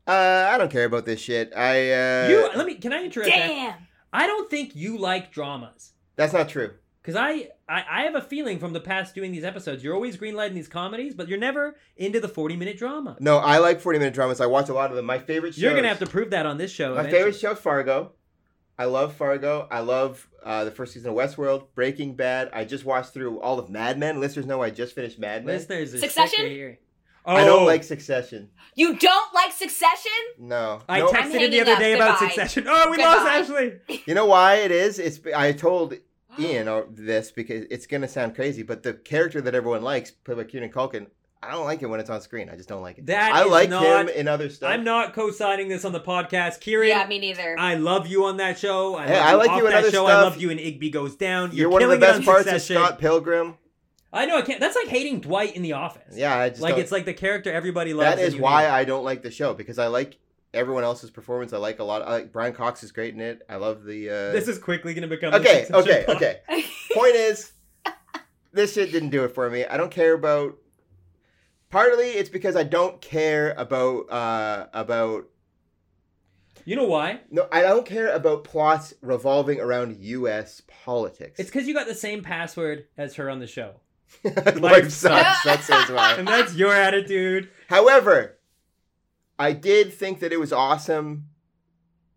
[SPEAKER 1] uh, I don't care about this shit. I uh,
[SPEAKER 2] You let me. Can I interrupt? Jack?
[SPEAKER 4] damn.
[SPEAKER 2] I don't think you like dramas.
[SPEAKER 1] that's not true.
[SPEAKER 2] Because I, I, I have a feeling from the past doing these episodes, you're always greenlighting these comedies, but you're never into the 40 minute drama.
[SPEAKER 1] No, I like forty minute dramas. I watch a lot of them. My favorite. Shows,
[SPEAKER 2] You're going to have to prove that on this show.
[SPEAKER 1] My favorite show, Fargo. I love Fargo. I love uh, the first season of Westworld, Breaking Bad. I just watched through all of Mad Men. Listeners know I just finished Mad Men.
[SPEAKER 2] Listeners are
[SPEAKER 4] Succession?
[SPEAKER 2] sick of hearing- Oh,
[SPEAKER 1] I don't like Succession.
[SPEAKER 4] You don't like Succession?
[SPEAKER 1] No,
[SPEAKER 2] I
[SPEAKER 1] Nope.
[SPEAKER 2] texted him
[SPEAKER 4] hanging
[SPEAKER 2] the other
[SPEAKER 4] up.
[SPEAKER 2] day about
[SPEAKER 4] Goodbye.
[SPEAKER 2] Succession. Oh, we lost
[SPEAKER 4] Goodbye.
[SPEAKER 2] Ashley.
[SPEAKER 1] you know why it is? It's I told Ian or this because it's gonna sound crazy, but the character that everyone likes, played by Kieran Culkin, I don't like it when it's on screen. I just don't like it.
[SPEAKER 2] That
[SPEAKER 1] I
[SPEAKER 2] is
[SPEAKER 1] like
[SPEAKER 2] not-
[SPEAKER 1] him in other stuff.
[SPEAKER 2] I'm not co signing this on the podcast. Kieran,
[SPEAKER 4] Yeah, me neither.
[SPEAKER 2] I love you on that show. I,
[SPEAKER 1] Hey,
[SPEAKER 2] love
[SPEAKER 1] I like
[SPEAKER 2] off
[SPEAKER 1] you in
[SPEAKER 2] that
[SPEAKER 1] other
[SPEAKER 2] show. I
[SPEAKER 1] stuff.
[SPEAKER 2] love you in Igby Goes Down.
[SPEAKER 1] You're,
[SPEAKER 2] You're,
[SPEAKER 1] one of the
[SPEAKER 2] killing
[SPEAKER 1] best
[SPEAKER 2] it on
[SPEAKER 1] parts
[SPEAKER 2] Succession.
[SPEAKER 1] of Scott Pilgrim.
[SPEAKER 2] I know. I can't. That's like hating Dwight in The Office.
[SPEAKER 1] Yeah, I just
[SPEAKER 2] Like
[SPEAKER 1] don't-
[SPEAKER 2] it's like the character everybody loves.
[SPEAKER 1] that is
[SPEAKER 2] and you
[SPEAKER 1] why
[SPEAKER 2] hate.
[SPEAKER 1] I don't like the show because I like everyone else's performance. I like a lot. I like Brian Cox is great in it. I love the. Uh...
[SPEAKER 2] This is quickly going to become. the
[SPEAKER 1] okay,
[SPEAKER 2] Succession
[SPEAKER 1] okay,
[SPEAKER 2] podcast.
[SPEAKER 1] okay. Point is, this shit didn't do it for me. I don't care about. Partly, it's because I don't care about uh about
[SPEAKER 2] You know why?
[SPEAKER 1] No, I don't care about plots revolving around U.S. politics.
[SPEAKER 2] It's because you got the same password as her on the show.
[SPEAKER 1] life
[SPEAKER 2] life
[SPEAKER 1] sucks.
[SPEAKER 4] sucks.
[SPEAKER 1] that says why.
[SPEAKER 2] And that's your attitude.
[SPEAKER 1] However, I did think that it was awesome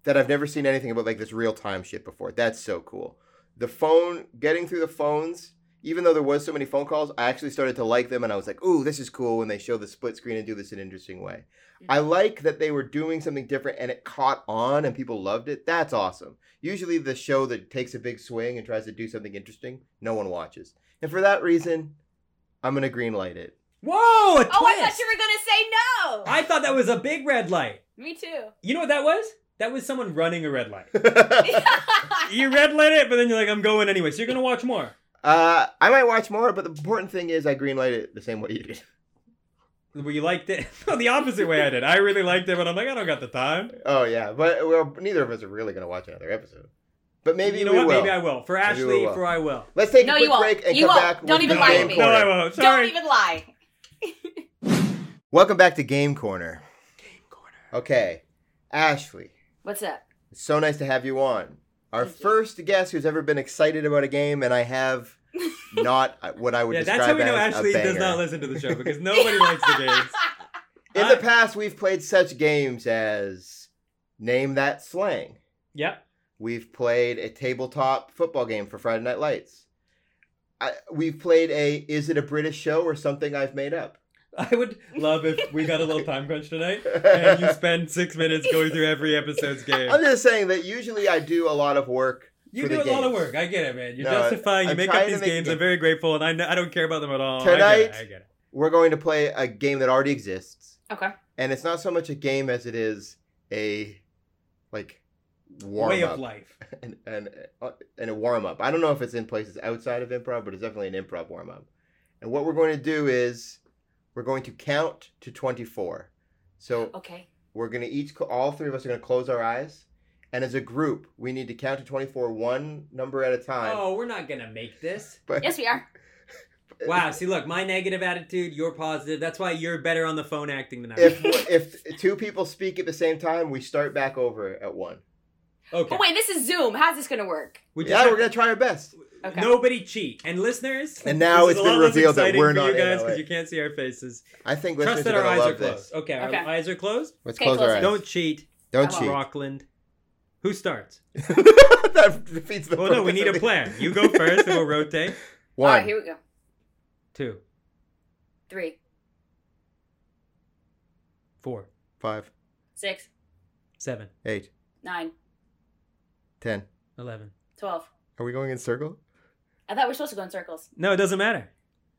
[SPEAKER 1] that I've never seen anything about like this real time shit before. That's so cool. The phone, getting through the phones. Even though there was so many phone calls, I actually started to like them, and I was like, "Ooh, this is cool." When they show the split screen and do this in an interesting way, I like that they were doing something different, and it caught on, and people loved it. That's awesome. usually the show that takes a big swing and tries to do something interesting, no one watches. And for that reason, I'm gonna greenlight it.
[SPEAKER 2] Whoa! A twist.
[SPEAKER 4] oh, I thought you were gonna say no.
[SPEAKER 2] I thought that was a big red light.
[SPEAKER 4] me too.
[SPEAKER 2] You know what that was? That was someone running a red light.
[SPEAKER 4] yeah,
[SPEAKER 2] you red light it, but then you're like, I'm going anyway. So you're gonna watch more.
[SPEAKER 1] uh, I might watch more, but the important thing is I greenlight it the same way you did.
[SPEAKER 2] Well, you liked it. No, the opposite way I did. I really liked it, but I'm like, I don't got the time.
[SPEAKER 1] Oh yeah, but well, neither of us are really gonna watch another episode. But maybe
[SPEAKER 2] you know
[SPEAKER 1] we
[SPEAKER 2] what?
[SPEAKER 1] will.
[SPEAKER 2] Maybe I will. For
[SPEAKER 1] Maybe we
[SPEAKER 2] Ashley,
[SPEAKER 1] will.
[SPEAKER 2] for I will.
[SPEAKER 1] Let's take
[SPEAKER 4] No,
[SPEAKER 1] a
[SPEAKER 4] you
[SPEAKER 1] quick
[SPEAKER 4] won't.
[SPEAKER 1] break and
[SPEAKER 4] You
[SPEAKER 1] come
[SPEAKER 4] won't.
[SPEAKER 1] back.
[SPEAKER 4] Don't
[SPEAKER 1] with
[SPEAKER 4] even
[SPEAKER 1] the
[SPEAKER 4] lie to
[SPEAKER 1] Game
[SPEAKER 4] me.
[SPEAKER 2] No,
[SPEAKER 1] Corner.
[SPEAKER 2] I won't.
[SPEAKER 4] Don't
[SPEAKER 2] Sorry.
[SPEAKER 4] even lie.
[SPEAKER 1] Welcome back to Game Corner. Okay, Ashley,
[SPEAKER 4] What's up?
[SPEAKER 1] it's so nice to have you on. Our
[SPEAKER 4] Thank you.
[SPEAKER 1] first guest who's ever been excited about a game, and I have not uh, what I would
[SPEAKER 2] Yeah,
[SPEAKER 1] describe
[SPEAKER 2] that's how we know
[SPEAKER 1] as a
[SPEAKER 2] Ashley does
[SPEAKER 1] banger.
[SPEAKER 2] not listen to the show because nobody likes the games.
[SPEAKER 1] In the past, we've played such games as Name That Slang.
[SPEAKER 2] Yep.
[SPEAKER 1] We've played a tabletop football game for Friday Night Lights. I, we've played a Is It a British Show or Something I've Made Up?
[SPEAKER 2] I would love if we got a little time crunch tonight and you spend six minutes going through every episode's game.
[SPEAKER 1] I'm just saying that usually I do a lot of work.
[SPEAKER 2] You
[SPEAKER 1] for
[SPEAKER 2] do
[SPEAKER 1] the
[SPEAKER 2] a lot of
[SPEAKER 1] games.
[SPEAKER 2] work. I get it, man. You
[SPEAKER 1] No,
[SPEAKER 2] justify. You
[SPEAKER 1] I'm
[SPEAKER 2] make up
[SPEAKER 1] trying to
[SPEAKER 2] these
[SPEAKER 1] make
[SPEAKER 2] games.
[SPEAKER 1] it-
[SPEAKER 2] I'm very grateful, and I kn- I don't care about them at all. I get it,
[SPEAKER 1] Tonight-
[SPEAKER 2] I get it.
[SPEAKER 1] We're going to play a game that already exists.
[SPEAKER 4] Okay.
[SPEAKER 1] And it's not so much a game as it is a, like, warm
[SPEAKER 2] Way
[SPEAKER 1] up.
[SPEAKER 2] of life.
[SPEAKER 1] And, and, uh, and a warm up. I don't know if it's in places outside of improv, but it's definitely an improv warm up. And what we're going to do is we're going to count to 24. So
[SPEAKER 4] Okay.
[SPEAKER 1] We're going to each, all three of us are going to close our eyes. And as a group, we need to count to 24 one number at a time.
[SPEAKER 2] Oh, we're not gonna make this.
[SPEAKER 1] But
[SPEAKER 4] Yes, we are.
[SPEAKER 2] Wow. See, look, my negative attitude, you're positive. That's why you're better on the phone acting than I am.
[SPEAKER 1] if if two people speak at the same time, we start back over at one.
[SPEAKER 2] Okay.
[SPEAKER 4] But Oh, wait, this is Zoom. How's this gonna work?
[SPEAKER 2] We just
[SPEAKER 1] yeah,
[SPEAKER 2] have-
[SPEAKER 1] we're going to try our best.
[SPEAKER 4] Okay.
[SPEAKER 2] Nobody cheat. And listeners,
[SPEAKER 1] And now
[SPEAKER 2] this
[SPEAKER 1] it's
[SPEAKER 2] is a
[SPEAKER 1] been
[SPEAKER 2] lot less
[SPEAKER 1] revealed that
[SPEAKER 2] exciting
[SPEAKER 1] we're
[SPEAKER 2] for
[SPEAKER 1] not
[SPEAKER 2] you
[SPEAKER 1] in
[SPEAKER 2] guys
[SPEAKER 1] LA.
[SPEAKER 2] you can't see our faces.
[SPEAKER 1] I think
[SPEAKER 2] Trust
[SPEAKER 1] listeners
[SPEAKER 2] that
[SPEAKER 1] are
[SPEAKER 2] our
[SPEAKER 1] going
[SPEAKER 2] eyes
[SPEAKER 1] to
[SPEAKER 2] are
[SPEAKER 1] love
[SPEAKER 2] closed.
[SPEAKER 1] this.
[SPEAKER 2] Okay, our
[SPEAKER 4] Okay.
[SPEAKER 2] eyes are closed.
[SPEAKER 1] Let's
[SPEAKER 4] Okay,
[SPEAKER 1] close,
[SPEAKER 4] close
[SPEAKER 1] our eyes.
[SPEAKER 2] Don't cheat,
[SPEAKER 1] Don't
[SPEAKER 4] I
[SPEAKER 1] cheat.
[SPEAKER 2] Rockland. Who starts?
[SPEAKER 1] that defeats the
[SPEAKER 2] Well, no, we
[SPEAKER 1] purpose
[SPEAKER 2] need
[SPEAKER 1] of
[SPEAKER 2] a
[SPEAKER 1] the-
[SPEAKER 2] plan. You go first, and we'll rotate.
[SPEAKER 1] One.
[SPEAKER 4] All right, here we go.
[SPEAKER 2] Two,
[SPEAKER 4] Three,
[SPEAKER 2] four,
[SPEAKER 1] Five,
[SPEAKER 4] six,
[SPEAKER 2] seven,
[SPEAKER 1] eight,
[SPEAKER 4] nine,
[SPEAKER 1] ten.
[SPEAKER 2] eleven.
[SPEAKER 4] twelve.
[SPEAKER 1] Are we going in circle?
[SPEAKER 4] I thought we were supposed to go in circles.
[SPEAKER 2] No, it doesn't matter.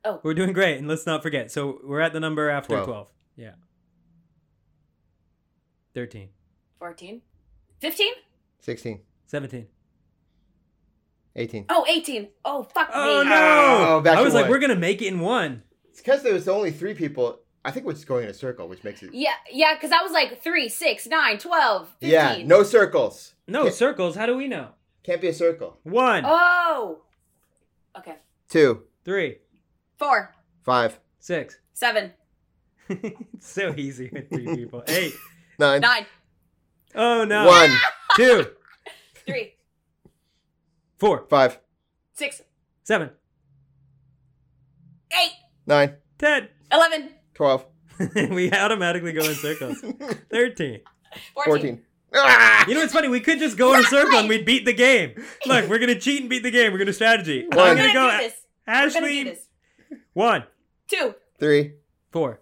[SPEAKER 4] Oh.
[SPEAKER 2] We're doing great, and let's not forget. So we're at the number after
[SPEAKER 1] Twelve.
[SPEAKER 2] 12. Yeah. 13,
[SPEAKER 4] 14, 15?
[SPEAKER 1] 16,
[SPEAKER 2] 17.
[SPEAKER 1] 18.
[SPEAKER 4] Oh, 18. Oh, fuck
[SPEAKER 2] Oh,
[SPEAKER 4] me.
[SPEAKER 2] no!
[SPEAKER 1] Oh, back
[SPEAKER 2] I
[SPEAKER 1] to
[SPEAKER 2] was like,
[SPEAKER 1] one.
[SPEAKER 2] we're going to make it in one.
[SPEAKER 1] It's because there was only three people. I think we're just going in a circle, which makes it.
[SPEAKER 4] Yeah, yeah, because I was like 3, 6, 9, 12, 15.
[SPEAKER 1] Yeah, no circles.
[SPEAKER 2] No,
[SPEAKER 1] Yeah.
[SPEAKER 2] circles. How do we know?
[SPEAKER 1] Can't be a circle.
[SPEAKER 2] One,
[SPEAKER 4] Oh. Okay.
[SPEAKER 1] Two,
[SPEAKER 2] three,
[SPEAKER 4] Four,
[SPEAKER 1] five,
[SPEAKER 2] six.
[SPEAKER 4] seven,
[SPEAKER 2] It's so easy with three people. Eight.
[SPEAKER 1] nine,
[SPEAKER 4] nine,
[SPEAKER 2] Oh, no.
[SPEAKER 1] one,
[SPEAKER 2] Two,
[SPEAKER 4] three,
[SPEAKER 2] four,
[SPEAKER 1] five,
[SPEAKER 4] six,
[SPEAKER 2] seven,
[SPEAKER 4] eight,
[SPEAKER 1] nine,
[SPEAKER 2] ten.
[SPEAKER 4] 11,
[SPEAKER 1] twelve,
[SPEAKER 2] we automatically go in circles. 13.
[SPEAKER 4] 14.
[SPEAKER 1] fourteen. Ah!
[SPEAKER 2] You know what's funny? We could just go in a circle and we'd beat the game. Look, we're gonna cheat and beat the game. We're gonna strategy.
[SPEAKER 1] One.
[SPEAKER 4] We're
[SPEAKER 2] I'm
[SPEAKER 4] gonna
[SPEAKER 2] gonna go.
[SPEAKER 4] do this. We're gonna do
[SPEAKER 2] Ashley,
[SPEAKER 4] this.
[SPEAKER 2] one,
[SPEAKER 4] Two,
[SPEAKER 1] Three,
[SPEAKER 2] four,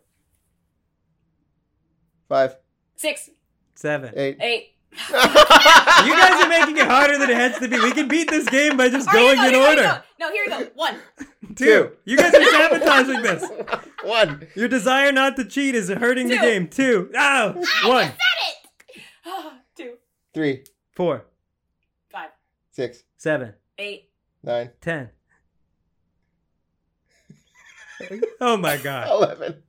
[SPEAKER 1] five,
[SPEAKER 4] six,
[SPEAKER 2] seven.
[SPEAKER 1] eight.
[SPEAKER 4] eight.
[SPEAKER 2] You guys are making it harder than it has to be. We can beat this game by just
[SPEAKER 4] All right,
[SPEAKER 2] going
[SPEAKER 4] here
[SPEAKER 2] in
[SPEAKER 4] we go, here we
[SPEAKER 2] order.
[SPEAKER 4] go. No, here we go. One.
[SPEAKER 2] Two. You guys are sabotaging this.
[SPEAKER 1] One.
[SPEAKER 2] Your desire not to cheat is hurting the
[SPEAKER 4] Two.
[SPEAKER 2] game. Two. Oh, one,
[SPEAKER 4] Ah, Two,
[SPEAKER 1] Three,
[SPEAKER 2] four,
[SPEAKER 4] five,
[SPEAKER 1] six,
[SPEAKER 2] seven,
[SPEAKER 4] eight.
[SPEAKER 1] nine,
[SPEAKER 2] ten. Oh my god.
[SPEAKER 1] eleven.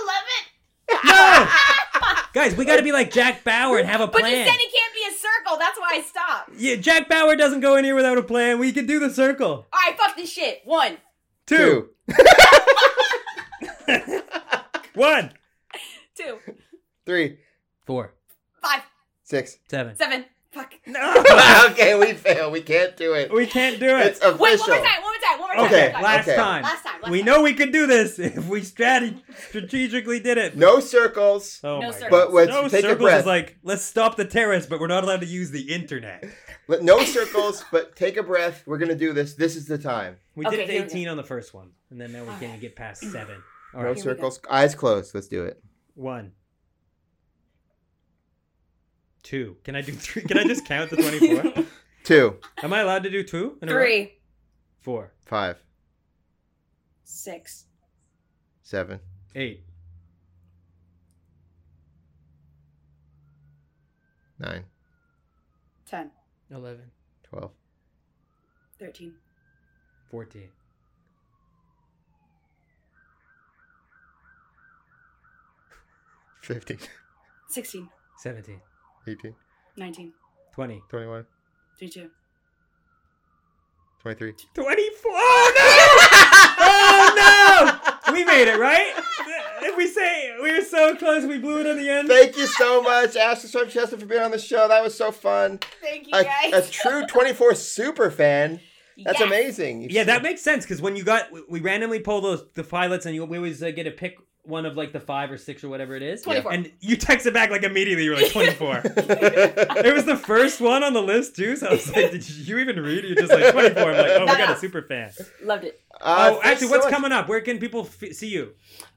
[SPEAKER 4] Eleven.
[SPEAKER 2] No! Guys, we gotta be like Jack Bauer and have a
[SPEAKER 4] But
[SPEAKER 2] plan.
[SPEAKER 4] you said it can't be a circle. That's why I stopped.
[SPEAKER 2] Yeah, Jack Bauer doesn't go in here without a plan. We can do the circle.
[SPEAKER 4] All right, fuck this shit. One,
[SPEAKER 2] Two, one,
[SPEAKER 4] two,
[SPEAKER 1] three,
[SPEAKER 2] four,
[SPEAKER 4] five,
[SPEAKER 1] six.
[SPEAKER 2] seven.
[SPEAKER 4] seven. Fuck.
[SPEAKER 2] No,
[SPEAKER 1] okay, we fail. We can't do it.
[SPEAKER 2] we can't do it.
[SPEAKER 1] It's official.
[SPEAKER 4] Wait, one more time. One more time. One more time.
[SPEAKER 1] Okay,
[SPEAKER 4] one more time.
[SPEAKER 2] last
[SPEAKER 1] okay.
[SPEAKER 2] time.
[SPEAKER 4] Last time, last
[SPEAKER 2] we
[SPEAKER 4] time.
[SPEAKER 2] know we could do this if we strat- strategically did it.
[SPEAKER 1] No circles.
[SPEAKER 2] Oh my
[SPEAKER 4] No circles.
[SPEAKER 2] God.
[SPEAKER 1] But let's
[SPEAKER 2] no
[SPEAKER 1] take a
[SPEAKER 2] circles
[SPEAKER 1] breath.
[SPEAKER 2] is like let's stop the terrorists, but we're not allowed to use the internet.
[SPEAKER 1] Let- No circles, but take a breath. We're gonna do this. This is the time.
[SPEAKER 2] We
[SPEAKER 4] Okay,
[SPEAKER 2] did
[SPEAKER 4] here
[SPEAKER 2] it
[SPEAKER 4] we go.
[SPEAKER 2] to 18 on the first one, and then now we can get past seven. All
[SPEAKER 1] no
[SPEAKER 2] right,
[SPEAKER 4] here we go.
[SPEAKER 1] circles. Eyes closed. Let's do it.
[SPEAKER 2] one, two. Can I do three? Can I just count to 24?
[SPEAKER 1] Two,
[SPEAKER 2] Am I allowed to do two? in a row?
[SPEAKER 4] Three,
[SPEAKER 2] four,
[SPEAKER 1] five,
[SPEAKER 4] six,
[SPEAKER 1] seven,
[SPEAKER 2] eight,
[SPEAKER 1] nine,
[SPEAKER 4] ten,
[SPEAKER 2] 11,
[SPEAKER 1] twelve,
[SPEAKER 4] thirteen,
[SPEAKER 2] 14.
[SPEAKER 1] fifteen,
[SPEAKER 4] sixteen,
[SPEAKER 2] 17,
[SPEAKER 1] eighteen,
[SPEAKER 4] nineteen,
[SPEAKER 2] 20,
[SPEAKER 1] twenty-one,
[SPEAKER 4] twenty-two,
[SPEAKER 1] 23.
[SPEAKER 2] 24. Oh no! oh no! We made it, right? If we say we were so close, we blew it on the end.
[SPEAKER 1] Thank you so much, Ashley Storm Chester, for being on the show. That was so fun.
[SPEAKER 4] Thank you
[SPEAKER 1] A,
[SPEAKER 4] guys.
[SPEAKER 1] a true 24 super fan. That's
[SPEAKER 4] Yes.
[SPEAKER 1] amazing.
[SPEAKER 2] yeah, that makes sense because when you got, we, we randomly pull those the pilots, and you, we always uh, get to pick one of like the five or six or whatever it is.
[SPEAKER 4] 24.
[SPEAKER 2] And you text it back like immediately. You're like 24.
[SPEAKER 1] makes.
[SPEAKER 2] it was the first one on the list too. So I was like, did you even read? You're just like 24. I'm like, oh, we got a super fan.
[SPEAKER 4] Loved it.
[SPEAKER 1] Uh,
[SPEAKER 2] oh, actually, what's coming up? Where can people f- see you?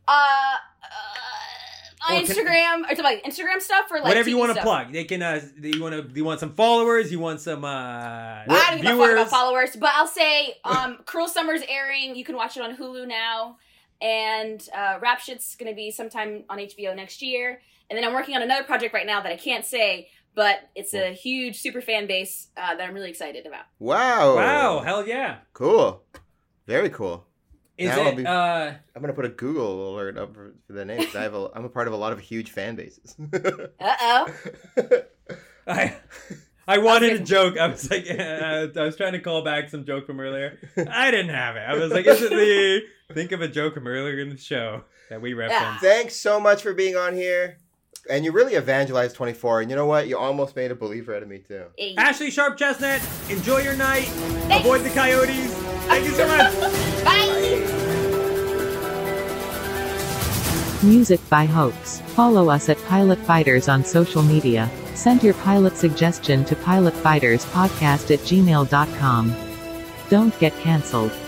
[SPEAKER 4] Uh, uh on
[SPEAKER 2] Or can-
[SPEAKER 4] Instagram or something like Instagram stuff or like
[SPEAKER 2] Whatever you
[SPEAKER 4] TV
[SPEAKER 2] want to
[SPEAKER 4] stuff.
[SPEAKER 2] plug. They can. Uh, you want to. You want some followers. You want some uh,
[SPEAKER 4] I don't give a fuck
[SPEAKER 2] viewers.
[SPEAKER 4] about followers, but I'll say um, Cruel Summer's airing. You can watch it on Hulu now. And uh, Rap Shit's going to be sometime on HBO next year. And then I'm working on another project right now that I can't say, but it's a huge super fan base uh, that I'm really excited about.
[SPEAKER 1] Wow.
[SPEAKER 2] wow, hell yeah!
[SPEAKER 1] Cool. Very cool.
[SPEAKER 2] Is
[SPEAKER 1] That'll
[SPEAKER 2] it?
[SPEAKER 1] be-
[SPEAKER 2] Uh,
[SPEAKER 1] I'm gonna put a Google alert up for for the name 'cause I have a, I'm a part of a lot of huge fan bases.
[SPEAKER 4] Uh oh.
[SPEAKER 2] I. I wanted a joke. I was like, uh, I was trying to call back some joke from earlier. I didn't have it. I was like, is it the think of a joke from earlier in the show that we referenced?
[SPEAKER 1] Thanks so much for being on here, and you really evangelized 24. And you know what? You almost made a believer out of me too.
[SPEAKER 2] Ashley Sharp Chestnut, enjoy your night.
[SPEAKER 4] Thanks.
[SPEAKER 2] Avoid the coyotes. Thank you so much.
[SPEAKER 4] Bye.
[SPEAKER 5] Music by Hoax. Follow us at Pilot Fighters on social media. Send your pilot suggestion to pilotfighterspodcast at gmail.com. Don't get cancelled.